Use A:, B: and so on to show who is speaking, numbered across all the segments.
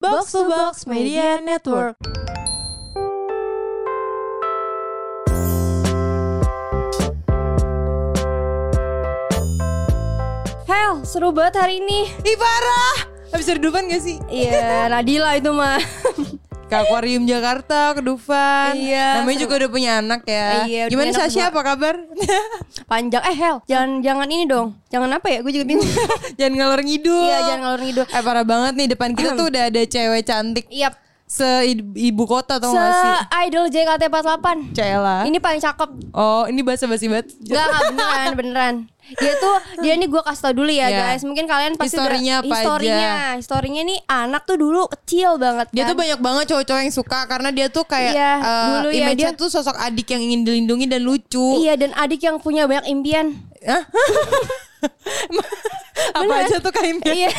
A: Box to Box Media Network.
B: Hel, seru banget hari ini.
C: Ih parah Habis dari Dufan gak sih?
B: Iya, Nadila itu mah.
C: Ke akuarium Jakarta, ke Dufan
B: Iya,
C: Namanya
B: seru.
C: juga udah punya anak ya
B: Iya, udah
C: Gimana
B: punya anak
C: Sasha
B: dua.
C: apa kabar?
B: Panjang eh Hel, jangan jangan ini dong. Jangan apa ya? Gue juga bingung.
C: jangan ngalor ngidul
B: Iya, jangan ngalor ngidul.
C: Eh parah banget nih depan kita tuh udah ada cewek cantik
B: Yap.
C: Se-ibu kota tau
B: Se
C: gak sih?
B: Idol JKT48.
C: Cela
B: Ini paling cakep.
C: Oh ini basa-basi banget
B: Enggak, enggak beneran, beneran. Dia tuh dia nih gue kasih tau dulu ya,
C: Iya.
B: guys. Mungkin kalian pasti
C: Historinya apa aja?
B: historinya, historinya nih anak tuh dulu kecil banget
C: Dia
B: kan.
C: tuh banyak banget cowok-cowok yang suka Karena dia tuh kayak
B: Iya,
C: eh,
B: dulu ya,
C: Image-nya
B: dia-
C: tuh sosok adik yang ingin dilindungi dan lucu
B: Iya, dan adik yang punya banyak impian.
C: Hah? Apa
B: Bener.
C: aja tuh kayak impian?
B: Iya.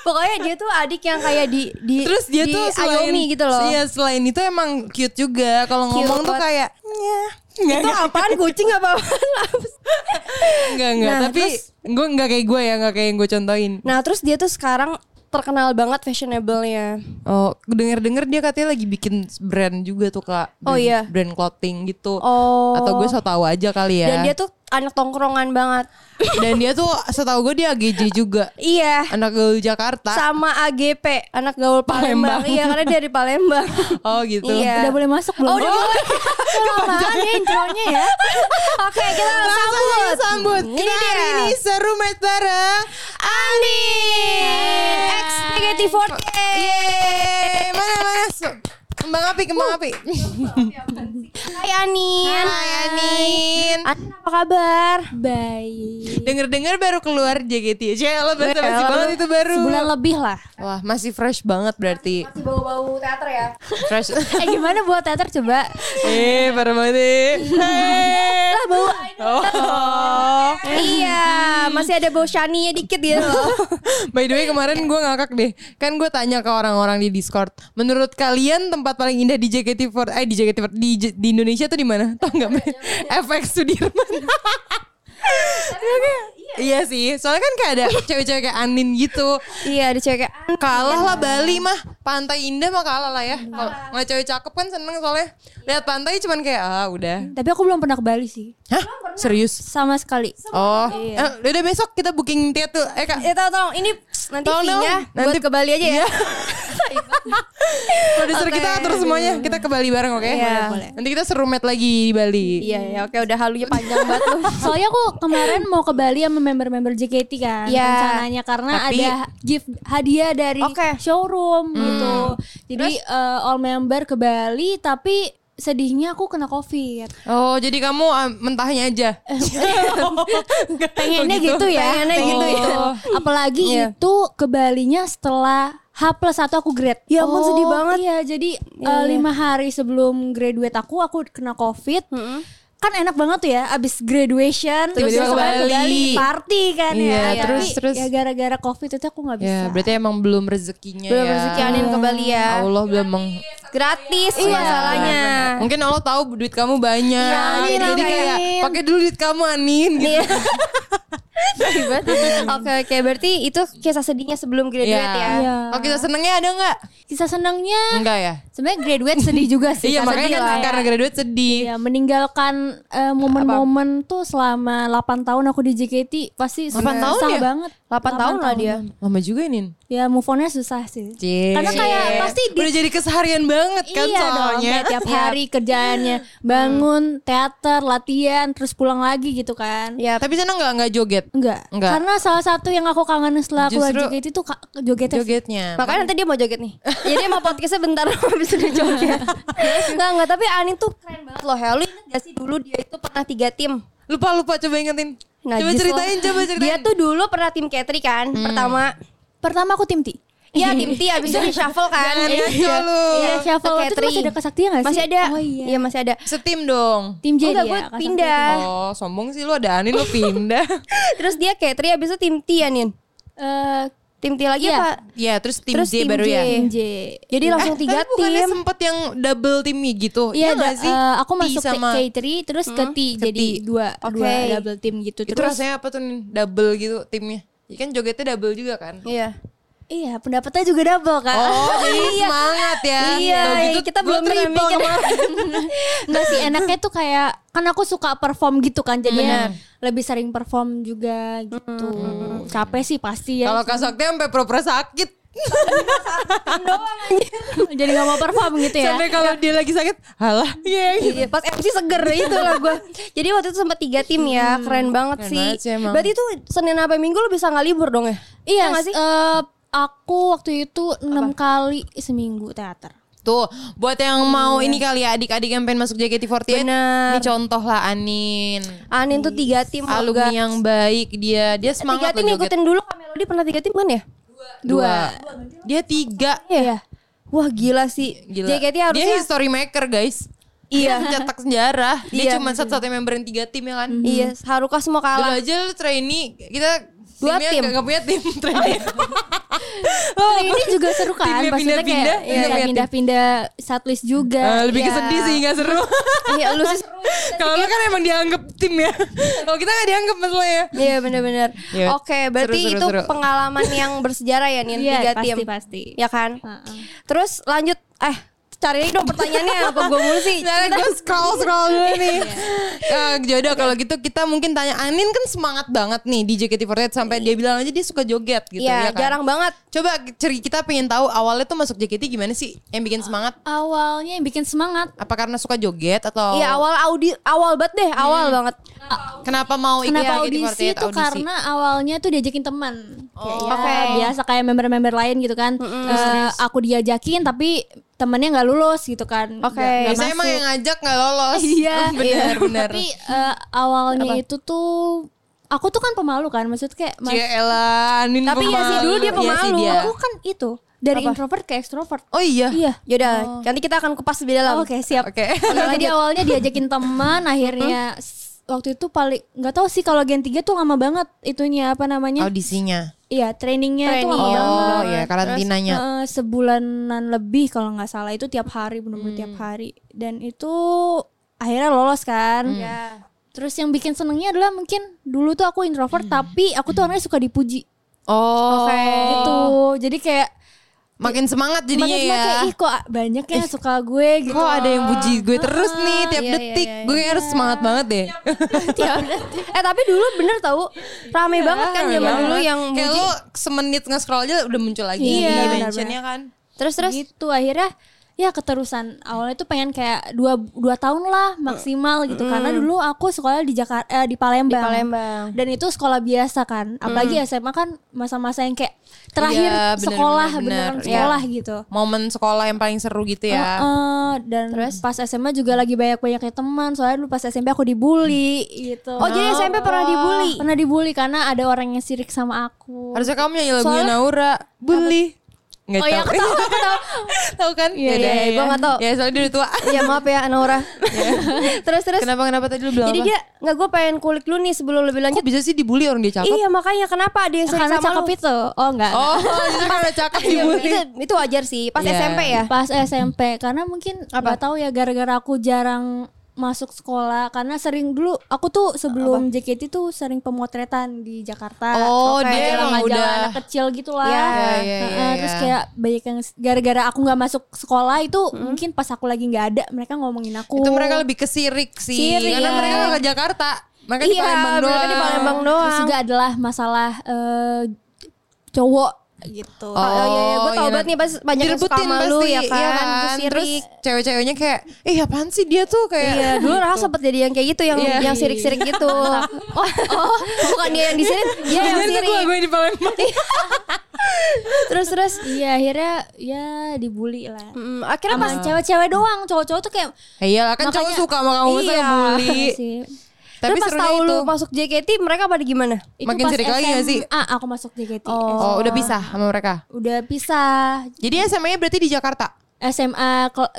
B: Pokoknya dia tuh adik yang kayak di di
C: Terus dia
B: di
C: tuh selain
B: Ayomi gitu loh.
C: Iya, selain itu emang cute juga. Kalau
B: Cute
C: ngomong tuh
B: banget.
C: kayak nyah. Enggak,
B: Itu apaan kucing apa
C: enggak, enggak.
B: Nah,
C: Tapi
B: terus-
C: gue enggak kayak gue ya, enggak kayak yang gue contohin.
B: Nah, terus dia tuh sekarang terkenal banget fashionable-nya.
C: Oh, denger-denger dia katanya lagi bikin brand juga tuh, Kak. Brand,
B: Oh, iya.
C: Brand clothing gitu.
B: Oh.
C: Atau gue so tau aja kali ya.
B: Dan dia tuh anak tongkrongan banget.
C: Dan dia tuh setahu gue dia AGJ juga.
B: Iya.
C: Anak gaul Jakarta.
B: Sama AGP, anak gaul
C: Palembang.
B: Palembang. Iya, karena dia dari Palembang.
C: Oh, gitu.
B: Iya.
A: Udah boleh masuk belum?
B: Oh, udah mulai. Kelamaan ya intronya ya. Oke, kita
C: Langsung aja
B: sambut.
C: sambut.
B: Ini
C: Kita hari
B: dia.
C: ini serumet bareng Ani.
B: X negative 4
C: Yeay, mana mana su- kembang api,
B: Uh.
C: kembang api.
B: Hai Anin.
C: Hai Anin.
B: Anin apa kabar?
A: Baik.
C: Denger-dengar baru keluar JKT. Ya lo basa basi
B: Well,
C: banget itu baru.
A: Sebulan lebih lah.
C: Wah, masih fresh banget berarti.
B: Masih bau-bau teater ya.
C: Fresh.
A: Eh gimana buat teater coba?
C: eh, parah banget. eh. Hey.
A: Lah bau.
C: Oh.
B: iya, masih ada bau Shani-nya dikit gitu loh.
C: By the way kemarin gue ngakak deh Kan gue tanya ke orang-orang di Discord Menurut kalian tempat paling indah di JKT48 Eh di JKT48 Di, J- di Indonesia tuh di mana? Tau gak? Mbak? FX Sudirman Iya sih Soalnya kan kayak ada cewek-cewek kayak Anin gitu
B: iya, ada cewek kayak,
C: Kalah lah Bali mah Pantai indah mah kalah lah ya Kalau nggak cewek cakep kan seneng soalnya Lihat pantai cuman kayak ah udah
A: Tapi aku belum pernah ke Bali sih.
C: Hah? Serius?
A: Sama sekali.
C: Oh, Eh, udah besok kita booking tiap tuh. Eh kak,
B: Ya tau tolong ini psst, nanti
C: Tolong dong,
B: fee-nya buat
C: nanti- Iya.
B: ke Bali aja ya.
C: Produser
B: Oke.
C: kita atur semuanya, kita ke Bali bareng oke?
B: Iya.
C: Boleh, boleh. Nanti kita serumet lagi di Bali.
B: Iya, ya, oke udah halunya panjang banget lu.
A: Soalnya aku kemarin mau ke Bali sama member-member JKT kan
B: Iya.
A: rencananya karena
C: Tapi-
A: ada gift hadiah dari
B: Oke.
A: showroom gitu. Jadi eh, all member ke Bali tapi sedihnya aku kena covid.
C: Oh, jadi kamu ah, mentahnya aja.
A: Pengennya
C: Oh, gitu.
A: gitu. ya.
B: Pengennya gitu ya.
C: Oh.
A: Apalagi
B: Iya.
A: itu ke Balinya setelah H plus satu aku grade.
B: Ya ampun, sedih banget.
A: Iya, jadi
B: Iya,
A: eh,
B: iya.
A: lima hari sebelum graduate aku, aku kena covid. Kan enak banget tuh ya, abis graduation
C: Tiba-tiba
A: besok
C: ke
A: kan
C: Bali.
A: party kan
C: Iya,
A: ya.
C: terus,
A: Tapi
C: terus.
A: ya gara-gara covid itu aku nggak bisa.
C: ya, berarti emang belum rezekinya
B: Belum
C: ya.
B: rezeki Anin
A: Iya.
B: ke Bali ya. Iya.
C: Allah belum meng
B: Gratis masalahnya.
C: Mungkin Allah tahu duit kamu banyak.
B: Iya, Anin,
C: jadi
B: Anin.
C: kayak
A: iya.
C: pakai dulu duit kamu Anin gitu.
B: Iya. Sedih banget. Oke oke berarti itu kisah sedihnya sebelum graduate ya.
A: Iya.
C: Oh, kita senengnya ada nggak?
A: Kisah senangnya
C: Enggak ya.
A: sebenarnya graduate sedih juga sih.
C: Iya,
A: Kak.
C: makanya
A: Sedih
C: kan
A: lah ya.
C: karena graduate sedih.
A: Iya, meninggalkan eh, momen-momen tuh selama 8 tahun aku di JKT pasti
C: 8 tahun
A: susah
C: ya?
A: banget.
B: 8 tahun lah dia.
C: Lama juga Nin.
A: Ya move onnya susah sih.
C: Cie.
A: Karena kayak pasti di-
C: udah jadi keseharian banget kan
A: iya dong,
C: soalnya.
A: kayak tiap hari kerjaannya bangun, teater, latihan, terus pulang lagi gitu kan.
B: Ya,
C: Tapi seneng nggak nggak joget?
A: Enggak.
C: Enggak.
A: Karena salah satu yang aku kangenin setelah keluar
C: Justru-
A: JKT itu ka- jogetnya.
C: Jogetnya.
B: Makanya nanti dia mau joget nih. Jadi mau podcastnya bentar habis udah joget. Enggak enggak tapi Anin tuh keren banget loh. Hel. Lu ingat gak sih dulu dia itu pernah tiga tim?
C: Lupa lupa coba ingetin. coba
B: Najis loh.
C: ceritain, coba ceritain.
B: Dia tuh dulu pernah tim Katri kan, pertama.
A: Pertama aku tim T.
B: Iya tim T abis itu di shuffle kan.
C: Jangan ngaco lu.
A: Iya, shuffle
B: ke
A: waktu itu
B: Katri.
A: masih ada kesaktian nggak sih?
B: Masih ada.
A: Oh, iya.
B: masih ada.
C: Setim dong.
A: Tim J
B: Enggak,
A: dia.
B: gue
A: Kak
B: pindah.
A: Sakti.
C: Oh, sombong sih lu ada Anin lu pindah.
B: Terus dia Katri abis itu tim T ya Nin.
A: Eh,
B: Tim T lagi
A: Iya.
B: apa?
C: Iya, terus tim
B: Terus
C: J
B: tim
C: baru ya.
B: J.
A: tim J.
B: Jadi langsung
C: Eh,
B: tiga
C: tapi bukannya
B: tim.
C: sempet yang double tim gitu.
A: Iya,
C: nggak
A: da-
C: sih?
A: eh, aku
C: T
A: masuk
C: sama
A: K3 terus ke T jadi
C: T.
A: dua
B: Oke.
A: dua double team gitu
C: itu
A: terus.
C: Iya rasanya apa tuh Nin? double gitu timnya. Ya kan jogetnya double juga kan?
B: Iya.
A: Iya, pendapatnya juga double kan.
C: Oh, jadi semangat ya.
B: Iya,
C: Kalau
B: iya, kita
C: gua
B: belum pernah
C: triple
B: mikir.
C: kemarin.
A: Enggak sih enaknya tuh kayak kan aku suka perform gitu kan jadinya
C: Bener.
A: lebih sering perform juga gitu. Capek
B: Iya
A: sih pasti ya.
C: Kalau Kak Sakti sampai pura-pura sakit.
A: Jadi nggak mau perform gitu ya.
C: Sampai kalau dia lagi sakit, halah. Iya.
B: Iya, pas MC seger itu lah gue. Jadi waktu itu sempat tiga tim ya, keren banget
C: Keren
B: sih.
C: banget sih emang.
B: Berarti itu Senin apa Minggu lo bisa nggak libur dong ya?
A: Iya
B: nggak sih?
A: eh, aku waktu itu enam kali seminggu teater.
C: Tuh, buat yang
B: Iya.
C: mau ini kali ya adik-adik yang pengen masuk JKT48, ini
B: Bener.
C: contoh lah Anin.
B: Anin tuh tiga tim
C: Alumni
B: juga.
C: yang baik dia, dia
B: Tiga
C: semangat
B: tim
C: loh joget.
B: ngikutin dulu Kak Melody pernah tiga tim kan ya?
C: Dua. Dia tiga.
B: Iya. Wah gila sih.
C: Gila.
B: JKT
C: dia
B: harusnya
C: history maker guys.
B: iya.
C: Cetak sejarah. Dia
B: Iya.
C: cuma satu-satunya member yang tiga tim ya kan.
B: iya, Haruka semua
C: Dulu
B: kalah.
C: aja lu trainee, kita
B: Dua
C: timnya
B: tim. Oh,
C: Gak, gak punya tim trainee.
A: ini juga seru kan,
C: Timnya
A: maksudnya
C: pindah-pindah,
A: kayak iya,
C: pindah-pindah.
A: pindah-pindah setlist juga.
C: Eh, lebih
A: Iya.
C: ke sedih sih, gak seru.
B: Iya, lu sih seru.
C: Kalau lu kan emang dianggap tim ya. Kalau kita gak dianggap ya. masalahnya.
B: Iya bener-bener
C: Iya.
B: Oke berarti
C: Seru, seru,
B: itu
C: seru.
B: pengalaman yang bersejarah ya Nin
A: Iya,
B: Tiga
A: pasti,
B: tim
A: pasti.
B: Ya kan
A: Heeh.
B: Terus lanjut Eh cari dong pertanyaannya Apa gue mulu sih Iya, gitu,
C: Nah, gue scroll scroll dulu nih. Eh, jodoh kalau gitu kita mungkin tanya Anin kan semangat banget nih di JKT48 sampai dia bilang aja dia suka joget gitu ya
B: Iya
C: kan?
B: jarang banget
C: Coba ceri kita pengen tahu awalnya tuh masuk JKT gimana sih yang bikin semangat?
A: Awalnya yang bikin semangat
C: Apa karena suka joget atau
B: Iya awal audi Awal banget
C: Iya.
B: deh Awal banget
C: kenapa
B: Oh,
C: mau ikut
B: iya,
A: Kenapa
C: JKT48
A: audisi itu karena awalnya tuh diajakin teman.
C: Oh.
A: Kayak ya,
B: Oke.
A: biasa kayak member-member lain gitu kan. Eh, aku diajakin tapi temennya nggak lulus gitu kan.
B: Oke.
A: Nggak- nggak
C: Biasanya emang ya?
A: masuk.
C: yang ngajak nggak lolos.
A: Iya.
C: benar benar.
A: Tapi eh, awalnya itu tuh aku tuh kan pemalu kan. Maksudnya kayak mas-
C: Cie Ella, Anin
B: Tapi iya sih,
A: ya
C: pemalu.
B: Iya, dulu dia
C: Iya sih
B: pemalu.
C: dia.
A: aku kan itu dari introvert ke ekstrovert.
C: Oh iya.
A: Iya.
B: Yaudah nanti kita akan kupas lebih dalam
A: Oke, siap.
C: Oke.
A: Oke, jadi awalnya diajakin teman, akhirnya s- waktu itu paling nggak tahu sih kalau Gen 3 tuh lama banget itunya apa namanya?
C: Audisinya.
A: Iya, trainingnya itu lama
B: Training.
A: banget.
C: Oh iya karantinanya.
A: Eh, sebulanan lebih kalau nggak salah itu tiap hari benar-benar tiap
C: Hmm.
A: hari dan itu akhirnya lolos kan.
C: Hmm.
B: Ya.
A: Terus yang bikin senengnya adalah mungkin dulu tuh aku introvert tapi aku tuh orangnya suka dipuji
C: Hmm. Oh.
B: Oke.
A: gitu. Jadi kayak
C: Makin semangat jadinya
A: makin
C: ya.
A: kayak ih kok banyak yang suka gue gitu.
C: Kok ada yang puji gue terus nih tiap
B: iya, iya,
C: detik.
B: iya,
C: Gue harus semangat banget deh.
B: Eh tapi dulu bener tau Rame banget kan zaman dulu yang
C: Iya, Kayak
B: muji
C: lo semenit nge-scroll aja udah muncul lagi
A: Iya,
C: di
A: benar,
C: mentionnya kan.
B: Terus terus
A: gitu akhirnya ya keterusan awalnya tuh pengen kayak dua dua tahun
C: Hmm.
A: lah maksimal gitu karena dulu aku sekolah di Jakarta eh, di Palembang.
B: Palembang.
A: dan itu sekolah biasa kan apalagi
B: Hmm.
A: SMA kan masa-masa yang kayak terakhir
C: Iya, bener,
A: sekolah
C: bener,
A: beneran
B: Iya.
C: bener.
A: sekolah gitu
C: Momen sekolah yang paling seru gitu ya.
A: Heeh, dan pas SMA juga lagi banyak-banyaknya teman soalnya dulu pas SMP aku dibully gitu
B: Oh jadi SMP pernah dibully
A: pernah dibully karena ada orang yang sirik sama aku
C: Harusnya kamu nyanyi lagunya
A: Soalnya-
C: Naura. Beli. Nggak
A: oh iya aku
C: tahu.
A: tahu aku tahu
C: tahu kan?
B: Iya, iya, iya, gua nggak tahu.
C: Ya soalnya dia udah tua.
B: Ya maaf ya Anora Terus terus
C: Kenapa kenapa tadi lu bilang apa?
B: Jadi dia Nggak gue pengen kulik lu nih sebelum lebih lanjut
C: Kok bisa sih dibully orang dia cakep?
B: Iya makanya kenapa dia sering
A: karena
B: sama
A: cakep
B: lu?
A: itu oh enggak
C: Oh, jadi karena cakep
B: Iya,
C: dibully.
B: itu, itu wajar sih pas
C: Iya.
B: SMP ya.
A: pas SMP karena mungkin
B: Apa?
A: nggak tahu ya gara-gara aku jarang masuk sekolah karena sering dulu aku tuh sebelum JKT tuh sering pemotretan di Jakarta
C: Oh,
A: Kayak
C: dia emang
A: majalah
C: udah-
A: anak kecil gitu lah
B: Iya,
C: iya,
A: Heeh,
C: iya,
A: terus
C: iya.
A: kayak banyak yang gara-gara aku nggak masuk sekolah itu mungkin pas aku lagi nggak ada mereka ngomongin aku
C: Itu mereka lebih ke sirik sih.
A: Sirik,
C: Karena
A: iya.
C: mereka nggak ke Jakarta. Mereka di
B: Iya,
C: Palembang doang.
B: mereka di Palembang
A: terus
B: doang.
A: juga adalah masalah eh, cowok gitu
B: Oh, iya, iya. Gua tau
C: iya.
B: banget nih pas banyak yang suka
C: Direbutin
B: sama lu, ya kan?
C: iya
B: Terus sirik.
C: Terus cewek-ceweknya kayak, "Ih, apaan sih dia tuh?" kayak
B: Iya, dulu Rahel sempet jadi yang kayak gitu, yang
C: Iya.
B: yang sirik-sirik gitu. oh, oh, bukan dia yang disirik, dia yang
C: Bener tuh
B: Iya, sirik.
C: Iya, gua- gua di Palembang.
B: Terus terus,
A: iya akhirnya ya dibully lah
B: mm, akhirnya
A: sama
B: pas
A: cewek-cewek doang cowok-cowok tuh kayak
C: Iya lah kan cowok
A: Makanya-
C: suka sama kamu masa
B: Iya.
C: bully.
A: Iya sih.
C: Tapi
B: terus pas
C: serunya
B: tahu
C: itu.
B: lu masuk JKT, mereka pada gimana?
A: Itu
C: Makin
A: pas
C: sirik lagi gak sih?
A: SMA aku masuk JKT.
C: Oh, udah pisah sama mereka.
A: Udah pisah.
C: Jadi SMA-nya berarti di Jakarta.
A: SMA kel-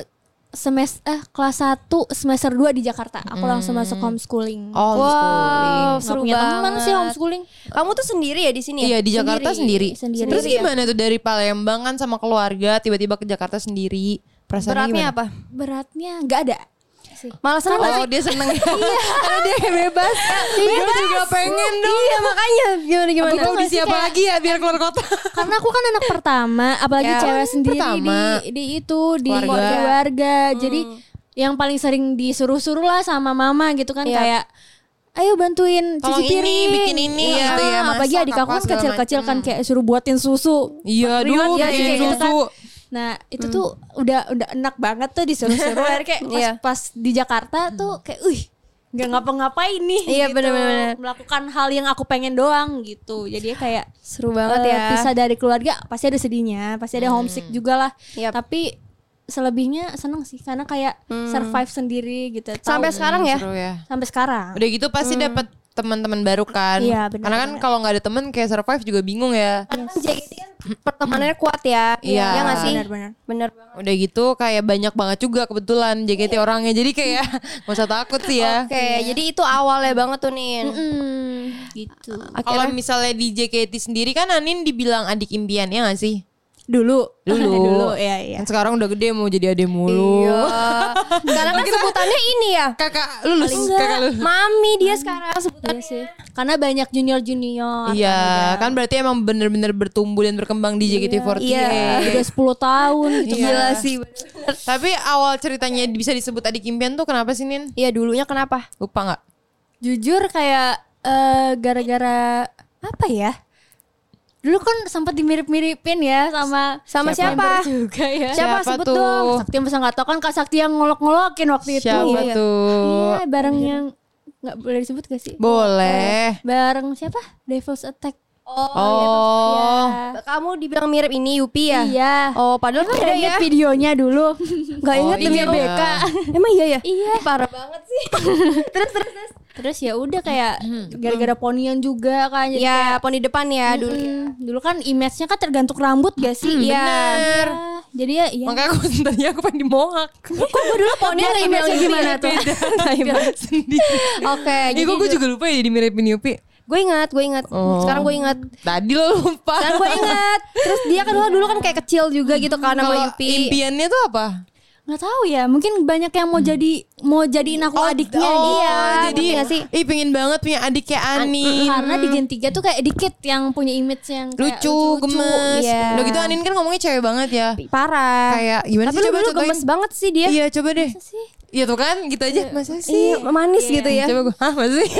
A: semes eh kelas 1 semester 2 di Jakarta. Aku langsung masuk homeschooling.
C: Oh, homeschooling.
B: Wow,
A: Nggak
B: seru
A: punya teman
B: banget.
A: sih homeschooling.
B: Kamu tuh sendiri ya di sini?
C: Iya
B: ya?
C: di Jakarta sendiri.
A: sendiri. Sendiri.
C: Terus
A: Sendiri,
C: gimana tuh dari Palembang kan sama keluarga tiba-tiba ke Jakarta sendiri? Perasaannya
B: Beratnya
C: gimana?
B: apa?
A: Beratnya nggak ada. sih.
B: Malah seneng gak
C: Oh
B: sih?
C: dia seneng ya.
B: Iya.
C: Karena dia kayak bebas. Gue juga pengen dong.
B: Iya makanya gimana gimana.
C: Buka audisi apa lagi ya biar keluar kota.
A: Karena aku kan anak pertama, apalagi
B: Ya,
A: cewek sendiri
C: pertama.
A: di di itu di
C: Keluarga. Hmm.
A: keluarga. Jadi yang paling sering disuruh-suruh lah sama mama gitu kan
B: Iya.
A: kayak ayo bantuin
C: Tolong
A: cuci
C: ini,
A: piring.
C: bikin ini,
A: Iya,
C: gitu ya,
A: apalagi
C: masak
A: adik aku
C: apa,
A: kan
C: segala
A: kecil-kecil kan kayak suruh buatin susu.
C: Iya
A: Reward
C: aduh
A: ya,
C: bikin
A: kayak gitu kan.
C: susu. Hmm.
A: Nah, itu tuh udah udah enak banget tuh disuruh-suruh Akhirnya kayak pas,
B: Iya.
A: pas di Jakarta
C: Hmm.
A: tuh kayak uh nggak ngapa-ngapain nih gitu.
B: Iya, bener-bener.
A: melakukan hal yang aku pengen doang gitu jadi kayak
B: Seru banget
A: eh,
B: ya. Hmm.
A: pisah dari keluarga pasti ada sedihnya pasti ada homesick juga lah
B: Yap. Hmm.
A: tapi selebihnya seneng sih karena kayak survive sendiri gitu Tahu-
B: Sampai sekarang ya.
C: Seru ya.
A: sampai sekarang
C: Udah gitu pasti dapat teman-teman baru kan.
A: Iya, benar,
C: Karena kan
A: benar.
C: kalau nggak ada teman kayak survive juga bingung ya.
B: Karena kan JKT kan pertemanannya kuat ya.
C: Iya.
B: Iya nggak sih?
A: Benar-benar.
B: Bener banget.
C: Udah gitu kayak banyak banget juga kebetulan JKT orangnya. Jadi kayak nggak usah takut sih ya.
B: Oke, jadi itu awalnya banget tuh Nin.
A: Mm, gitu
C: Kalau
B: Akhirnya
C: misalnya di JKT sendiri kan Anin dibilang adik impian ya gak sih?
A: dulu
C: Dulu.
A: dulu ya iya
C: Kan sekarang udah gede mau jadi adik mulu.
B: Iya. Karena kan sebutannya ini ya.
C: Kakak lulus, kakak
B: Enggak,
C: lulus.
B: mami dia sekarang sebutannya.
A: Iya sih karena banyak junior junior
C: Iya, kan berarti emang bener-bener bertumbuh dan berkembang
A: Iya,
C: di JKT48.
A: udah 10 tahun
B: Iya.
A: gitu kan.
B: Gila sih. bener.
C: Tapi awal ceritanya bisa disebut adik impian tuh kenapa sih Nin?
B: Iya dulunya kenapa?
C: Lupa nggak?
A: jujur kayak eh, gara-gara apa ya dulu kan sempat dimirip-miripin ya sama
B: Sama siapa?
A: member juga ya
B: Siapa,
C: Siapa
B: sebut
C: tuh?
B: dong?
A: Sakti masa nggak tahu kan Kak Sakti yang ngolok-ngolokin waktu itu
C: Siapa
A: Iya.
C: tuh?
A: iya bareng yang nggak boleh disebut gak sih Eh,
C: Boleh.
A: bareng siapa Devil's Attack
C: Oh.
B: Kamu dibilang mirip ini Yupi ya?
A: Iya.
B: Oh, padahal
A: Emang
B: beda
A: ada
B: ya.
A: inget videonya dulu
B: Gak
C: Oh,
B: inget demi
C: iya.
B: BK. Emang iya ya?
A: Iya.
B: Parah banget sih. terus terus terus.
A: terus ya udah kayak
C: Hmm.
A: gara-gara ponian juga kan
C: Iya.
A: jadi
B: Ya, pon di depan ya
A: dulu,
B: dulu.
A: dulu kan image-nya kan tergantung rambut gak sih
B: Iya.
C: Hmm, Bener.
A: Ah, jadi ya iya.
C: Makanya aku tadinya aku pengen dimohak.
B: Kok gue dulu ponnya ada
A: Gimana
B: image-nya
A: tuh?
B: gimana tuh?
C: Beda Naima sendiri.
A: Iya,
B: Oke,
C: Ini kok gue juga lupa ya dimiripin Yupi.
B: gue ingat, gue ingat.
C: Oh.
B: Sekarang gue ingat.
C: Tadi lo lupa.
B: Sekarang
A: Kan
B: gue ingat. Terus dia kan dulu kan kayak kecil juga gitu kan sama
C: Kalau
B: Yupi.
C: impiannya tuh apa?
A: nggak tahu ya mungkin banyak yang mau jadi mau jadiin aku adiknya gitu.
B: iya,
C: Hmm. Oh, jadi
B: ngerti nggak sih?
C: Ih, pengen banget punya adik kayak Anin.
A: karena di Gen 3 tuh kayak dikit yang punya image yang kayak
C: lucu, gemes.
B: iya.
C: Udah gitu Anin kan ngomongnya cewek banget ya.
B: Parah.
C: Kayak gimana
B: Tapi
C: sih
B: lu
C: coba
B: dulu
C: contohin.
B: gemes banget sih dia.
C: Iya, coba deh.
A: sih?
C: Iya tuh kan, gitu aja. Masa
B: Iya, manis gitu ya.
C: Coba gue, hah masa sih?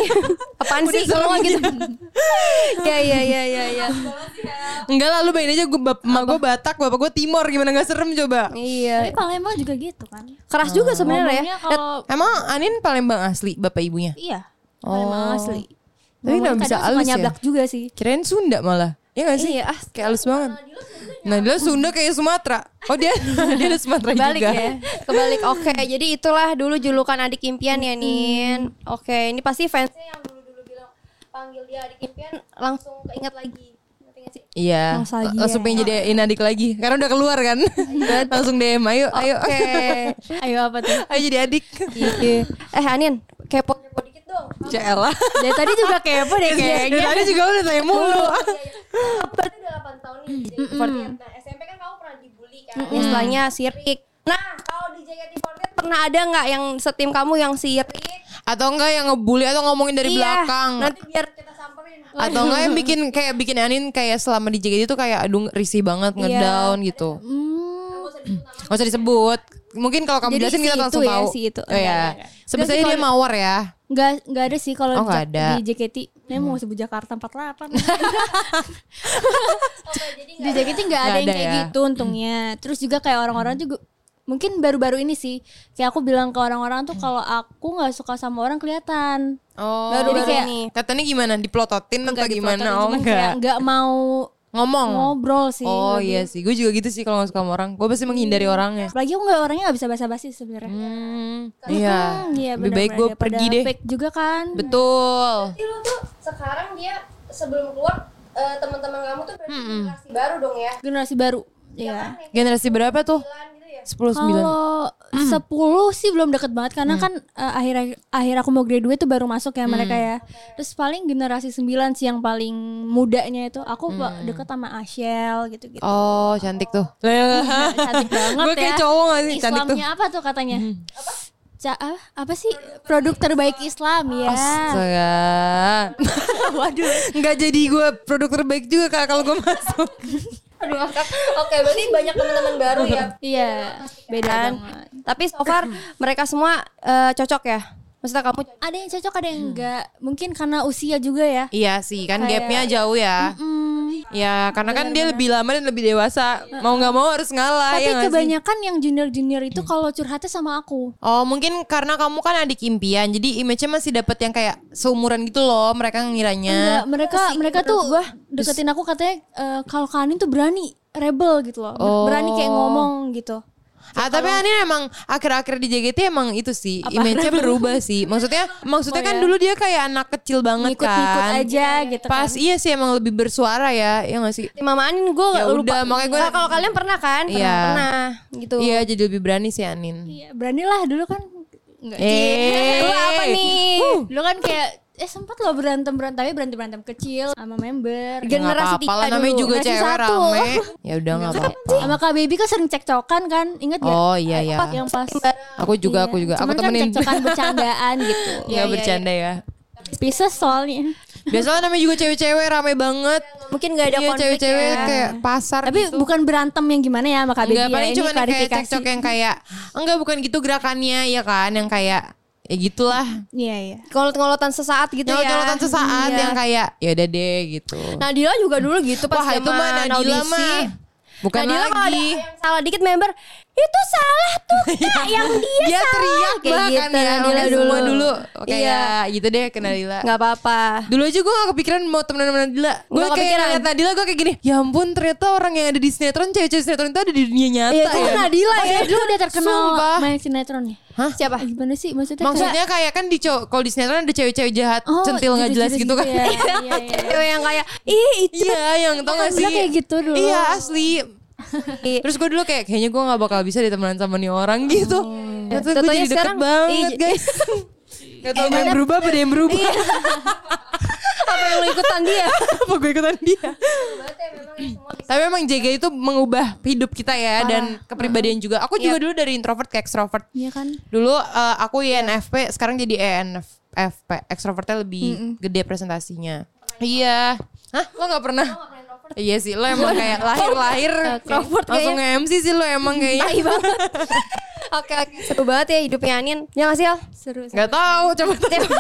B: Apaan
C: Udah
B: sih?
C: serem
B: Ngomong gitu.
C: dia.
B: Iya, iya, iya, iya, iya.
C: Enggak lah, lu bayangin aja gue, bap- emak gue Batak, bapak gue Timor, gimana gak serem coba?
B: Iya.
A: Tapi Palembang juga gitu kan.
C: Ah,
B: Keras juga sebenarnya ya.
A: Ngomongnya kalau
C: Emang Anin Palembang asli, bapak ibunya?
A: iya, Palembang
C: Oh.
A: asli.
C: Tapi
A: Ngomongnya
C: nggak bisa
A: kadang suka
C: halus ya?
A: nyablak juga sih.
C: Kirain Sunda malah. Iya gak sih?
B: Iya, ah,
C: Kayak halus banget. Nah, dia Sunda kayak Sumatera. Oh, dia dia ada Sumatera
B: Kebalik
C: juga.
B: ya. Kebalik. Oke, jadi itulah dulu julukan adik impian ya, Nin. Oke, ini pasti fansnya yang dulu-dulu bilang panggil dia adik impian langsung keinget lagi. Ngerti nggak sih?
C: Iya.
A: Nostalgia.
C: Langsung pengen jadi adik lagi. Karena udah keluar kan.
B: Iya.
C: Langsung DM, ayo, ayo.
B: Oke.
A: Ayo apa tuh?
C: Ayo jadi adik.
B: Iya. eh, Anin, kepo kepo dikit dong. Iya.
C: Cela.
A: Dari tadi juga kepo deh
C: Dari
A: kayaknya.
C: tadi juga udah tanya mulu.
B: Berarti udah 8 tahun nih jadi mm SMP kan kamu pernah dibully kan. Istilahnya sirik. Nah, kalau di JKT48 pernah ada nggak yang setim kamu yang sirik? Iya,
C: Atau enggak yang ngebully atau ngomongin
A: Iya,
C: dari belakang.
B: Nanti biar kita samperin.
C: Atau enggak yang bikin kayak bikin Anin kayak selama di JKT itu kayak aduh risih banget
A: Iya.
C: ngedown gitu.
A: Hmm.
C: Gak usah disebut. Mungkin kalau kamu
A: Jadi
C: jelasin
A: si
C: kita
A: itu
C: langsung
A: ya,
C: tahu.
A: si itu.
C: Oh, iya. Sebenarnya dia mawar ya.
A: Enggak enggak ada sih kalau
C: Oh,
A: di
C: nggak
A: Jak-
C: ada. Hmm. Oh,
A: di JKT. Memang mau sebut Jakarta 48. di
C: Nggak
A: JKT enggak ada yang
C: ada
A: kayak
C: ya. Hmm.
A: gitu untungnya. Terus juga kayak orang-orang juga mungkin baru-baru ini sih kayak aku bilang ke orang-orang tuh kalau
C: Hmm.
A: aku nggak suka sama orang kelihatan
C: Oh.
B: Baru
A: Jadi kayak-
B: ini.
C: Katanya gimana? Diplototin atau gimana?
A: diplototin,
C: Oh
A: cuman kayak
C: enggak.
A: nggak mau
C: Ngomong.
A: ngobrol sih
C: Oh
A: lebih. Iya.
C: iya sih. Gue juga gitu sih kalau gak suka sama orang. Gue pasti menghindari orangnya.
A: apalagi aku nggak orangnya nggak bisa basa-basi sebenarnya
C: Hmm. Iya.
A: Hmm, iya,
C: Lebih baik
A: benar-benar
C: gue
A: daripada
C: pergi deh.
A: fake juga kan
C: Betul.
B: Jadi lu tuh sekarang dia sebelum keluar eh, teman-teman kamu tuh berarti generasi baru dong ya.
A: generasi baru ya
C: Generasi berapa tuh?
B: Sembilan gitu ya.
C: 10 9.
A: kalau
C: Hmm.
A: 10 sih belum deket banget karena kan eh, akhir akhir aku mau graduate tuh baru masuk ya mereka
C: Hmm.
A: ya terus paling generasi 9 sih yang paling mudanya itu aku deket sama Ashel
C: Hmm.
A: gitu-gitu Nah,
C: Oh, Iya, cantik tuh. Cantik
A: cantik banget
C: Gue kayak
A: ya
C: cowok gak sih? Cantik tuh. Hmm.
A: Islamnya apa tuh katanya Ca- ah, apa sih produk terbaik Islam ya?
C: Astaga. Waduh. Nggak jadi gue produk terbaik juga kak kalau gue masuk.
B: Aduh, ngakak. Oke, berarti banyak teman-teman baru ya.
A: Iya, beda
B: Dan,
A: banget.
B: tapi so far mereka semua eh, cocok ya. Maksudnya kamu cocok.
A: Ada yang cocok, ada
C: Hmm.
A: yang enggak. Mungkin karena usia juga ya.
C: iya sih, kan
A: Kayak-
C: gapnya jauh ya.
A: Mm,
C: Ya, karena kan dia lebih lama dan lebih dewasa. Mau nggak mau harus ngalah
A: tapi
C: ya nggak sih? Hmm.
A: kebanyakan yang junior-junior itu kalau curhatnya sama aku.
C: Oh mungkin karena kamu kan adik impian Jadi image-nya masih dapet yang kayak seumuran gitu loh Mereka ngiranya
A: Enggak, mereka Iya, mereka tuh deketin aku katanya eh, kalau Kanin tuh berani, rebel gitu loh.
C: Oh.
A: Berani kayak ngomong gitu.
C: ah, Tapi Anin emang akhir-akhir di JGT emang itu sih Image-nya berubah sih Maksudnya maksudnya kan dulu dia kayak anak kecil banget
A: Oh ya. Ngikut-ngikut
C: kan
A: aja gitu kan.
C: Pas iya sih emang lebih bersuara ya Ya gak sih?
B: Mama Anin gue
C: Ya udah,
B: lupa.
C: makanya gua-
B: Nah, kalau kalian pernah kan? Pernah,
C: Iya.
B: pernah gitu.
C: Iya jadi lebih berani sih Anin Ya,
A: Iya, beranilah dulu kan enggak
C: Eh. Iya,
B: Lu apa nih?
A: Dulu kan kayak eh sempat loh berantem berantem tapi berantem berantem kecil sama member
B: Gen- generasi
C: apa-apa lah,
B: tiga
C: namanya
B: dulu.
C: juga
B: Generasi
C: cewek
B: satu.
C: rame Ya udah gak
A: Kan
C: apa-apa
A: sama kak baby kan sering cekcokan kan inget gak
C: Oh iya ya
A: yang pas
C: Aku juga aku juga Aku
A: Cuman kan
C: temenin
A: cekcokan bercandaan gitu
C: Ya bercanda ya
A: pisah soalnya
C: Biasanya namanya juga cewek-cewek rame banget.
B: Mungkin gak ada
C: Iya
B: konflik
C: cewek-cewek
B: ya.
C: kayak pasar
A: tapi
C: gitu.
A: bukan berantem yang gimana ya sama kak baby
C: Enggak
A: ya
C: paling
A: ini
C: cuma kayak
A: klarifikasi
C: cekcok yang kayak enggak bukan gitu gerakannya ya kan yang kayak ya gitulah.
A: iya iya
B: Ngolot-ngolotan sesaat gitu ya.
C: Nyolot-nyolotan sesaat
B: Iya.
C: yang kayak ya udah deh gitu.
B: Nadila juga dulu gitu pas
C: Wah itu
B: zaman
C: mah Nadila
B: audisi.
C: mah. Bukan
B: Nadila Nah, kalau ada
C: lagi. Iya.
B: yang salah dikit member itu salah tuh kak yang dia,
C: Dia
B: salah.
C: teriak
B: Kayak
C: bahkan
B: Iya, gitu,
C: ya.
B: Nadila
C: Nadila
B: dulu.
C: Semua dulu. Oke
B: Iya.
C: ya gitu deh ke Nadila.
B: nggak apa-apa
C: Dulu aja gue gak kepikiran mau temenan sama Nadila Gue
B: Nggak
C: kayak
B: kepikiran.
C: ngeliat Nadila gue kayak gini Ya ampun ternyata orang yang ada di sinetron Cewek-cewek sinetron itu ada di dunia nyata ya,
B: Iya, itu kan Nadila ya
A: dulu udah terkenal
C: Sumpah.
A: main sinetron ya
C: Hah?
B: siapa
A: Eh, gimana sih maksudnya Oh,
C: Maksudnya kayak kan di cow- kalau di sinetron ada cewek-cewek jahat
B: Oh,
A: kayak-
C: centil nggak jelas
A: jurus-jurus
C: gitu kan.
A: ya, iya, iya, iya.
B: cewek yang kayak ih itu
C: Iya, yang tau gak
A: Makan
C: sih?
A: bilang kayak gitu dulu.
C: Iya, asli. Terus gue dulu kayak kayaknya gue gak bakal bisa ditemenan sama nih orang gitu.
A: Oh.
C: Ternyata gue
B: Tentunya
C: jadi deket
B: sekarang-
C: banget
A: iya.
B: Ih,
C: guys. Gak tau yang berubah apa dia yang berubah.
B: apa yang lu ikutan dia
C: apa gue ikutan dia.
A: ya,
C: Tapi emang JG itu mengubah hidup kita ya dan kepribadian juga. Aku juga dulu dari introvert ke extrovert.
A: iya kan
C: Dulu eh, aku INFP, sekarang jadi E ENFP. Ekstrovertnya lebih gede presentasinya. Iya. Hah? Lo gak pernah? Iya sih, lo emang kayak lahir-lahir
B: Introvert
C: langsung nge-MC sih lo emang kayaknya.
B: oke oke seru banget ya hidupnya Anin ya nggak sih Al
A: seru sih.
C: Gak tahu, coba tanya.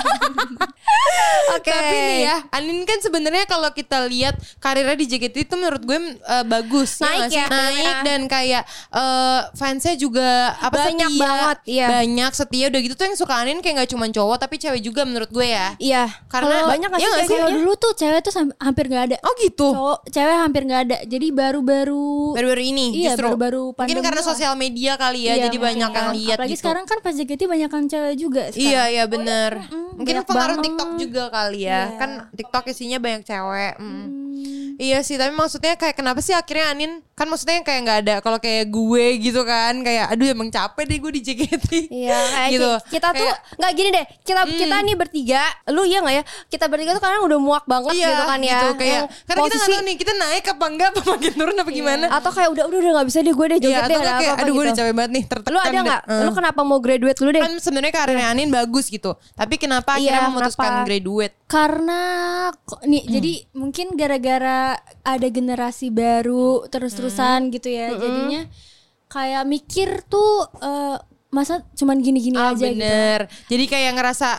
B: oke
C: Tapi nih ya, Anin kan sebenarnya kalau kita lihat karirnya di JKT itu menurut gue eh, bagus
B: Naik
C: nggak sih?
B: ya,
C: naik
B: ya.
C: dan kayak eh, fansnya juga apa
B: Banyak
C: setia.
B: banget, iya.
C: banyak setia udah gitu tuh yang suka Anin kayak nggak cuma cowok tapi cewek juga menurut gue ya.
B: iya
C: Karena
B: banyak nggak
C: iya
B: sih
C: nggak
A: kalau
B: kayaknya?
A: dulu tuh cewek tuh sam- hampir nggak ada
C: Oh gitu.
A: cowok cewek hampir nggak ada jadi baru-baru
C: Baru-baru ini
A: Iya,
C: justru.
A: baru-baru
C: Mungkin
A: pandemi
C: karena
A: lah.
C: sosial media kali ya,
A: Iya,
C: jadi
A: mungkin
C: banyak
A: ya.
C: yang lihat
A: apalagi
C: gitu.
A: sekarang kan pas JKT banyakan cewek juga sekarang.
C: Iya iya
B: Oh,
C: bener
B: Mm,
C: Mungkin
A: banyak
C: pengaruh
A: banget.
C: TikTok juga kali
B: Iya.
C: ya Kan TikTok isinya banyak cewek mm. Iya sih tapi maksudnya kayak kenapa sih akhirnya Anin Kan maksudnya kayak nggak ada Kalau kayak gue gitu kan Kayak aduh emang capek deh gue di JKT
B: Iya, kayak
C: gitu.
B: ki- kita tuh
C: Kayak- Hmm.
B: nggak gini deh. Kita kita nih bertiga, lu iya nggak ya? Kita bertiga tuh kadang udah muak banget
C: Iya
B: gitu kan ya.
C: gitu, kayak,
B: Yang
C: Karena kita nggak tahu nih Kita naik apa enggak Apa makin turun apa gimana
B: atau kayak udah udah udah nggak bisa deh gue deh
C: Iya
B: joget
C: atau
B: deh
C: nggak
B: ada
C: kayak
B: apa-apa
C: Aduh gue udah
B: gitu.
C: capek banget nih
B: Lu ada
C: deh.
B: nggak?
C: Eh.
B: Lu kenapa mau graduate dulu
A: Eh.
B: deh?
C: Kan sebenarnya karirnya
A: Iya.
C: Anin bagus gitu Tapi kenapa akhirnya
B: Iya,
C: memutuskan
B: kenapa?
C: graduate
A: karena ko- nih
C: Hmm.
A: jadi mungkin gara-gara ada generasi baru
C: Hmm.
A: terus-terusan gitu ya jadinya kayak mikir tuh eh, masa cuman gini-gini
C: Ah,
A: aja gitu
C: bener. Jadi kayak ngerasa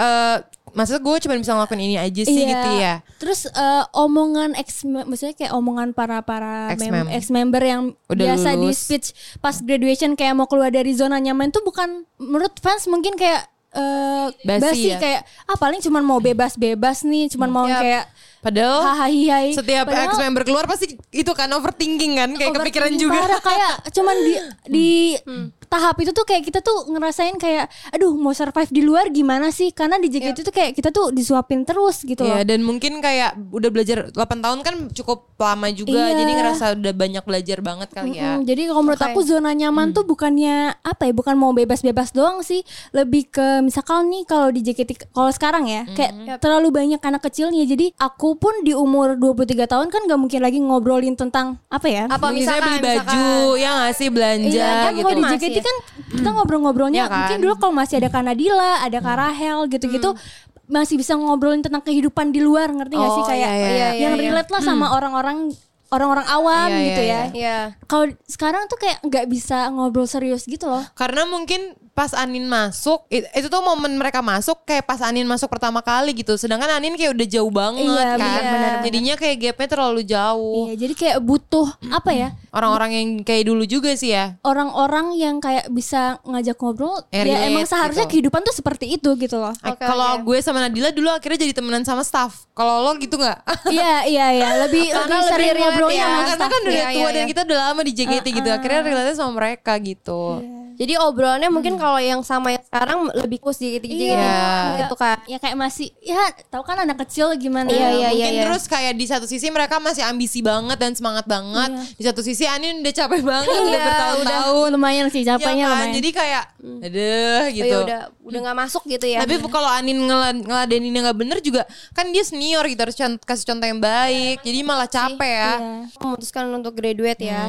C: eh maksudnya gue cuma bisa ngelakuin ini aja sih
A: Iya.
C: gitu ya.
A: Terus eh, omongan ex maksudnya kayak omongan para para
C: Ex-mem.
A: mem- ex-member yang
C: Udah
A: biasa di
C: lulus.
A: speech pas graduation kayak mau keluar dari zona nyaman tuh bukan menurut fans mungkin kayak eh,
C: Basi
A: basi,
C: ya. Hmm.
A: kayak ah paling cuman mau bebas-bebas nih, cuman mau
C: Yap.
A: kayak
C: Padahal
A: hahahihai.
C: setiap ex
A: Padahal
C: member keluar pasti itu kan overthinking kan kayak kepikiran
A: overthinking
C: juga. Hmm.
A: parah, kayak cuman di di tahap itu tuh kayak kita tuh ngerasain kayak aduh mau survive di luar gimana sih? Karena di JKT itu kayak kita tuh disuapin terus gitu loh.
C: Iya dan mungkin kayak udah belajar 8 tahun kan cukup lama juga
A: Iya.
C: jadi ngerasa udah banyak belajar banget kali ya.
A: Mm, jadi kalau menurut aku zona
C: Hmm.
A: nyaman tuh bukannya apa ya bukan mau bebas-bebas doang sih lebih ke misalkan nih kalau di JKT ke- kalau sekarang ya
C: Hmm.
A: kayak terlalu banyak anak kecilnya jadi aku pun di umur 23 tahun kan gak mungkin lagi ngobrolin tentang apa ya
B: Apa
C: Mungkin saya
B: misalkan
C: beli baju ya nggak sih belanja
A: Iya, kan
C: gitu.
A: kalau di
B: Masih
A: JKT Tapi kan kita
C: Iya
A: ngobrol-ngobrolnya
C: kan?
A: mungkin dulu kalau masih ada Kanadila, ada Karahel gitu-gitu masih bisa ngobrolin tentang kehidupan di luar ngerti gak sih
C: Hmm. Oh,
A: kayak
C: iya, iya,
A: yang
B: iya, iya.
A: relate lah sama orang-orang orang-orang awam
C: Iya,
A: gitu
C: iya,
A: ya.
B: Iya.
A: Kalau sekarang tuh kayak nggak bisa ngobrol serius gitu loh.
C: Karena mungkin pas Anin masuk it- itu tuh momen mereka masuk kayak pas Anin masuk pertama kali gitu. Sedangkan Anin kayak udah jauh banget
A: Iya,
C: kan.
A: benar,
C: Jadinya kayak gapnya terlalu jauh.
A: Iya, jadi kayak butuh apa ya?
C: Orang-orang yang kayak dulu juga sih ya.
A: Orang-orang yang kayak bisa ngajak ngobrol
C: Eh,
A: ya
C: relate
A: emang seharusnya
C: gitu.
A: kehidupan tuh seperti itu gitu loh.
C: Eh,
B: Oke,
C: Kalau
B: oke.
C: gue sama Nadila dulu akhirnya jadi temenan sama staff. Kalau lo gitu nggak?
A: Iya, iya, iya, lebih
B: Karena
A: lebih
B: lebih
A: sering
B: relate
A: ngobrolnya
B: ya.
A: sama
C: Karena
A: staff.
C: kan udah
B: Iya,
C: tua
B: iya, Ah,
C: dan
B: iya.
C: kita udah lama di JKT gitu. Akhirnya relate sama mereka gitu.
B: Jadi obrolannya mungkin kalau yang sama yang sekarang lebih kus gitu
C: Hmm.
B: gitu
C: Iya.
B: gitu kan.
A: ya kayak masih ya tahu kan anak kecil gimana
B: Iya, iya,
C: mungkin
B: iya.
C: terus kayak di satu sisi mereka masih ambisi banget dan semangat banget. Di satu sisi Anin udah capek banget udah
B: Iya,
C: bertahun-tahun.
A: lumayan sih
C: Iya
A: capeknya
C: kan?
A: lumayan
C: Jadi kayak
A: Hmm.
C: aduh
B: Oh,
C: gitu.
B: ya udah udah nggak masuk gitu
A: Iya,
B: ya.
C: Tapi kalau Anin ngela- ngeladeninnya nggak bener juga kan dia senior gitu harus con- kasih contoh yang baik. Jadi malah capek ya.
A: Iya.
B: Hmm. memutuskan untuk graduate ya.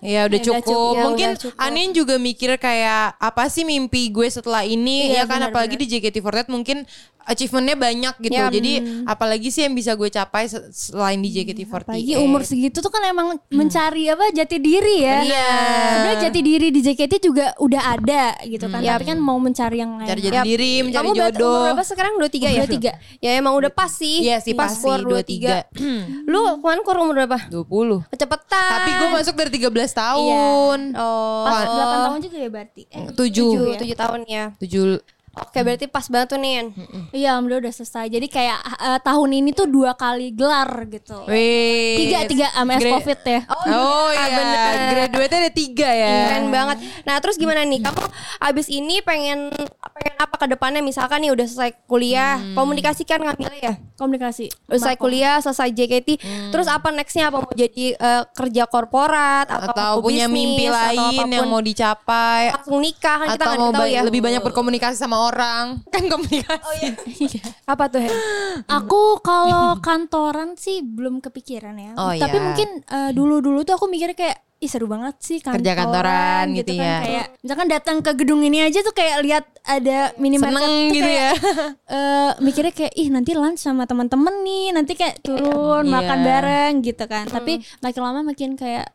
C: Ya udah
B: udah cukup.
C: cukup.
A: Iya,
B: Ya,
C: Mungkin
B: udah cukup.
C: Anin juga mikir kayak apa sih mimpi gue setelah ini
A: Iya,
C: ya kan
A: benar, Iya,
C: apalagi di JKT48 mungkin achievementnya banyak gitu.
B: Ya,
C: Jadi
A: hmm.
C: apalagi sih yang bisa gue capai se- selain di JKT48.
A: Apalagi umur segitu tuh kan emang mencari apa jati diri ya.
C: Iya.
A: Sebenarnya jati diri di JKT juga udah ada gitu kan. Tapi kan mau mencari yang
C: Hmm.
A: lain.
C: Iya. Cari jati
B: Yap.
C: diri, mencari
B: Kamu berarti
C: jodoh.
B: umur berapa sekarang? 23 ya?
A: 23.
B: Ya emang udah pas sih.
C: Iya sih, pas
B: kur
C: sih,
B: 23. Lu kemarin kur umur berapa?
C: 20.
B: Kecepetan.
C: Tapi
A: Ah.
C: gue masuk dari 13 tahun.
B: Oh,
A: Pas 8 Iya. tahun juga ya berarti. Eh,
C: 7.
B: 7, 7 tahun ya.
C: 7.
B: Oke, berarti pas banget tuh Nin.
C: Hmm.
A: Iya, alhamdulillah udah selesai. Jadi kayak eh, tahun ini tuh dua kali gelar gitu.
C: Wih.
A: Tiga tiga AMS
C: Gra-
A: Covid ya.
C: Oh, iya. Graduate-nya ada tiga ya.
B: Keren banget. Nah, terus gimana nih? Kamu abis ini pengen pengen apa ke depannya? Misalkan nih udah selesai kuliah,
C: Hmm.
B: komunikasi kan ngambilnya ya?
A: Komunikasi.
B: Udah Selesai
A: Markom.
B: kuliah, selesai JKT.
C: Hmm.
B: Terus apa nextnya? Apa mau jadi eh, kerja korporat atau,
C: Atau punya
B: bisnis,
C: mimpi
B: atau
C: lain yang
B: apapun.
C: mau dicapai.
B: langsung nikah kan kita
C: atau
B: nggak
C: mau
B: ada tahu
C: ba-
B: ya. Oh, iya.
C: lebih banyak berkomunikasi sama orang. Kan komunikasi.
B: apa tuh? Hen?
A: Aku kalau kantoran sih belum kepikiran ya.
C: Oh,
A: Tapi
C: iya.
A: mungkin eh, dulu-dulu tuh aku mikir kayak Ih seru banget sih kantoran,
C: Kerja kantoran gitu
A: kan.
C: ya.
A: Kayak misalkan datang ke gedung ini aja tuh kayak lihat ada minimarket
C: Seneng
A: tuh
C: gitu
A: kayak,
C: ya.
A: eh, mikirnya kayak ih nanti lunch sama teman-teman nih, nanti kayak turun
C: Iya.
A: makan bareng gitu kan. Tapi makin lama makin kayak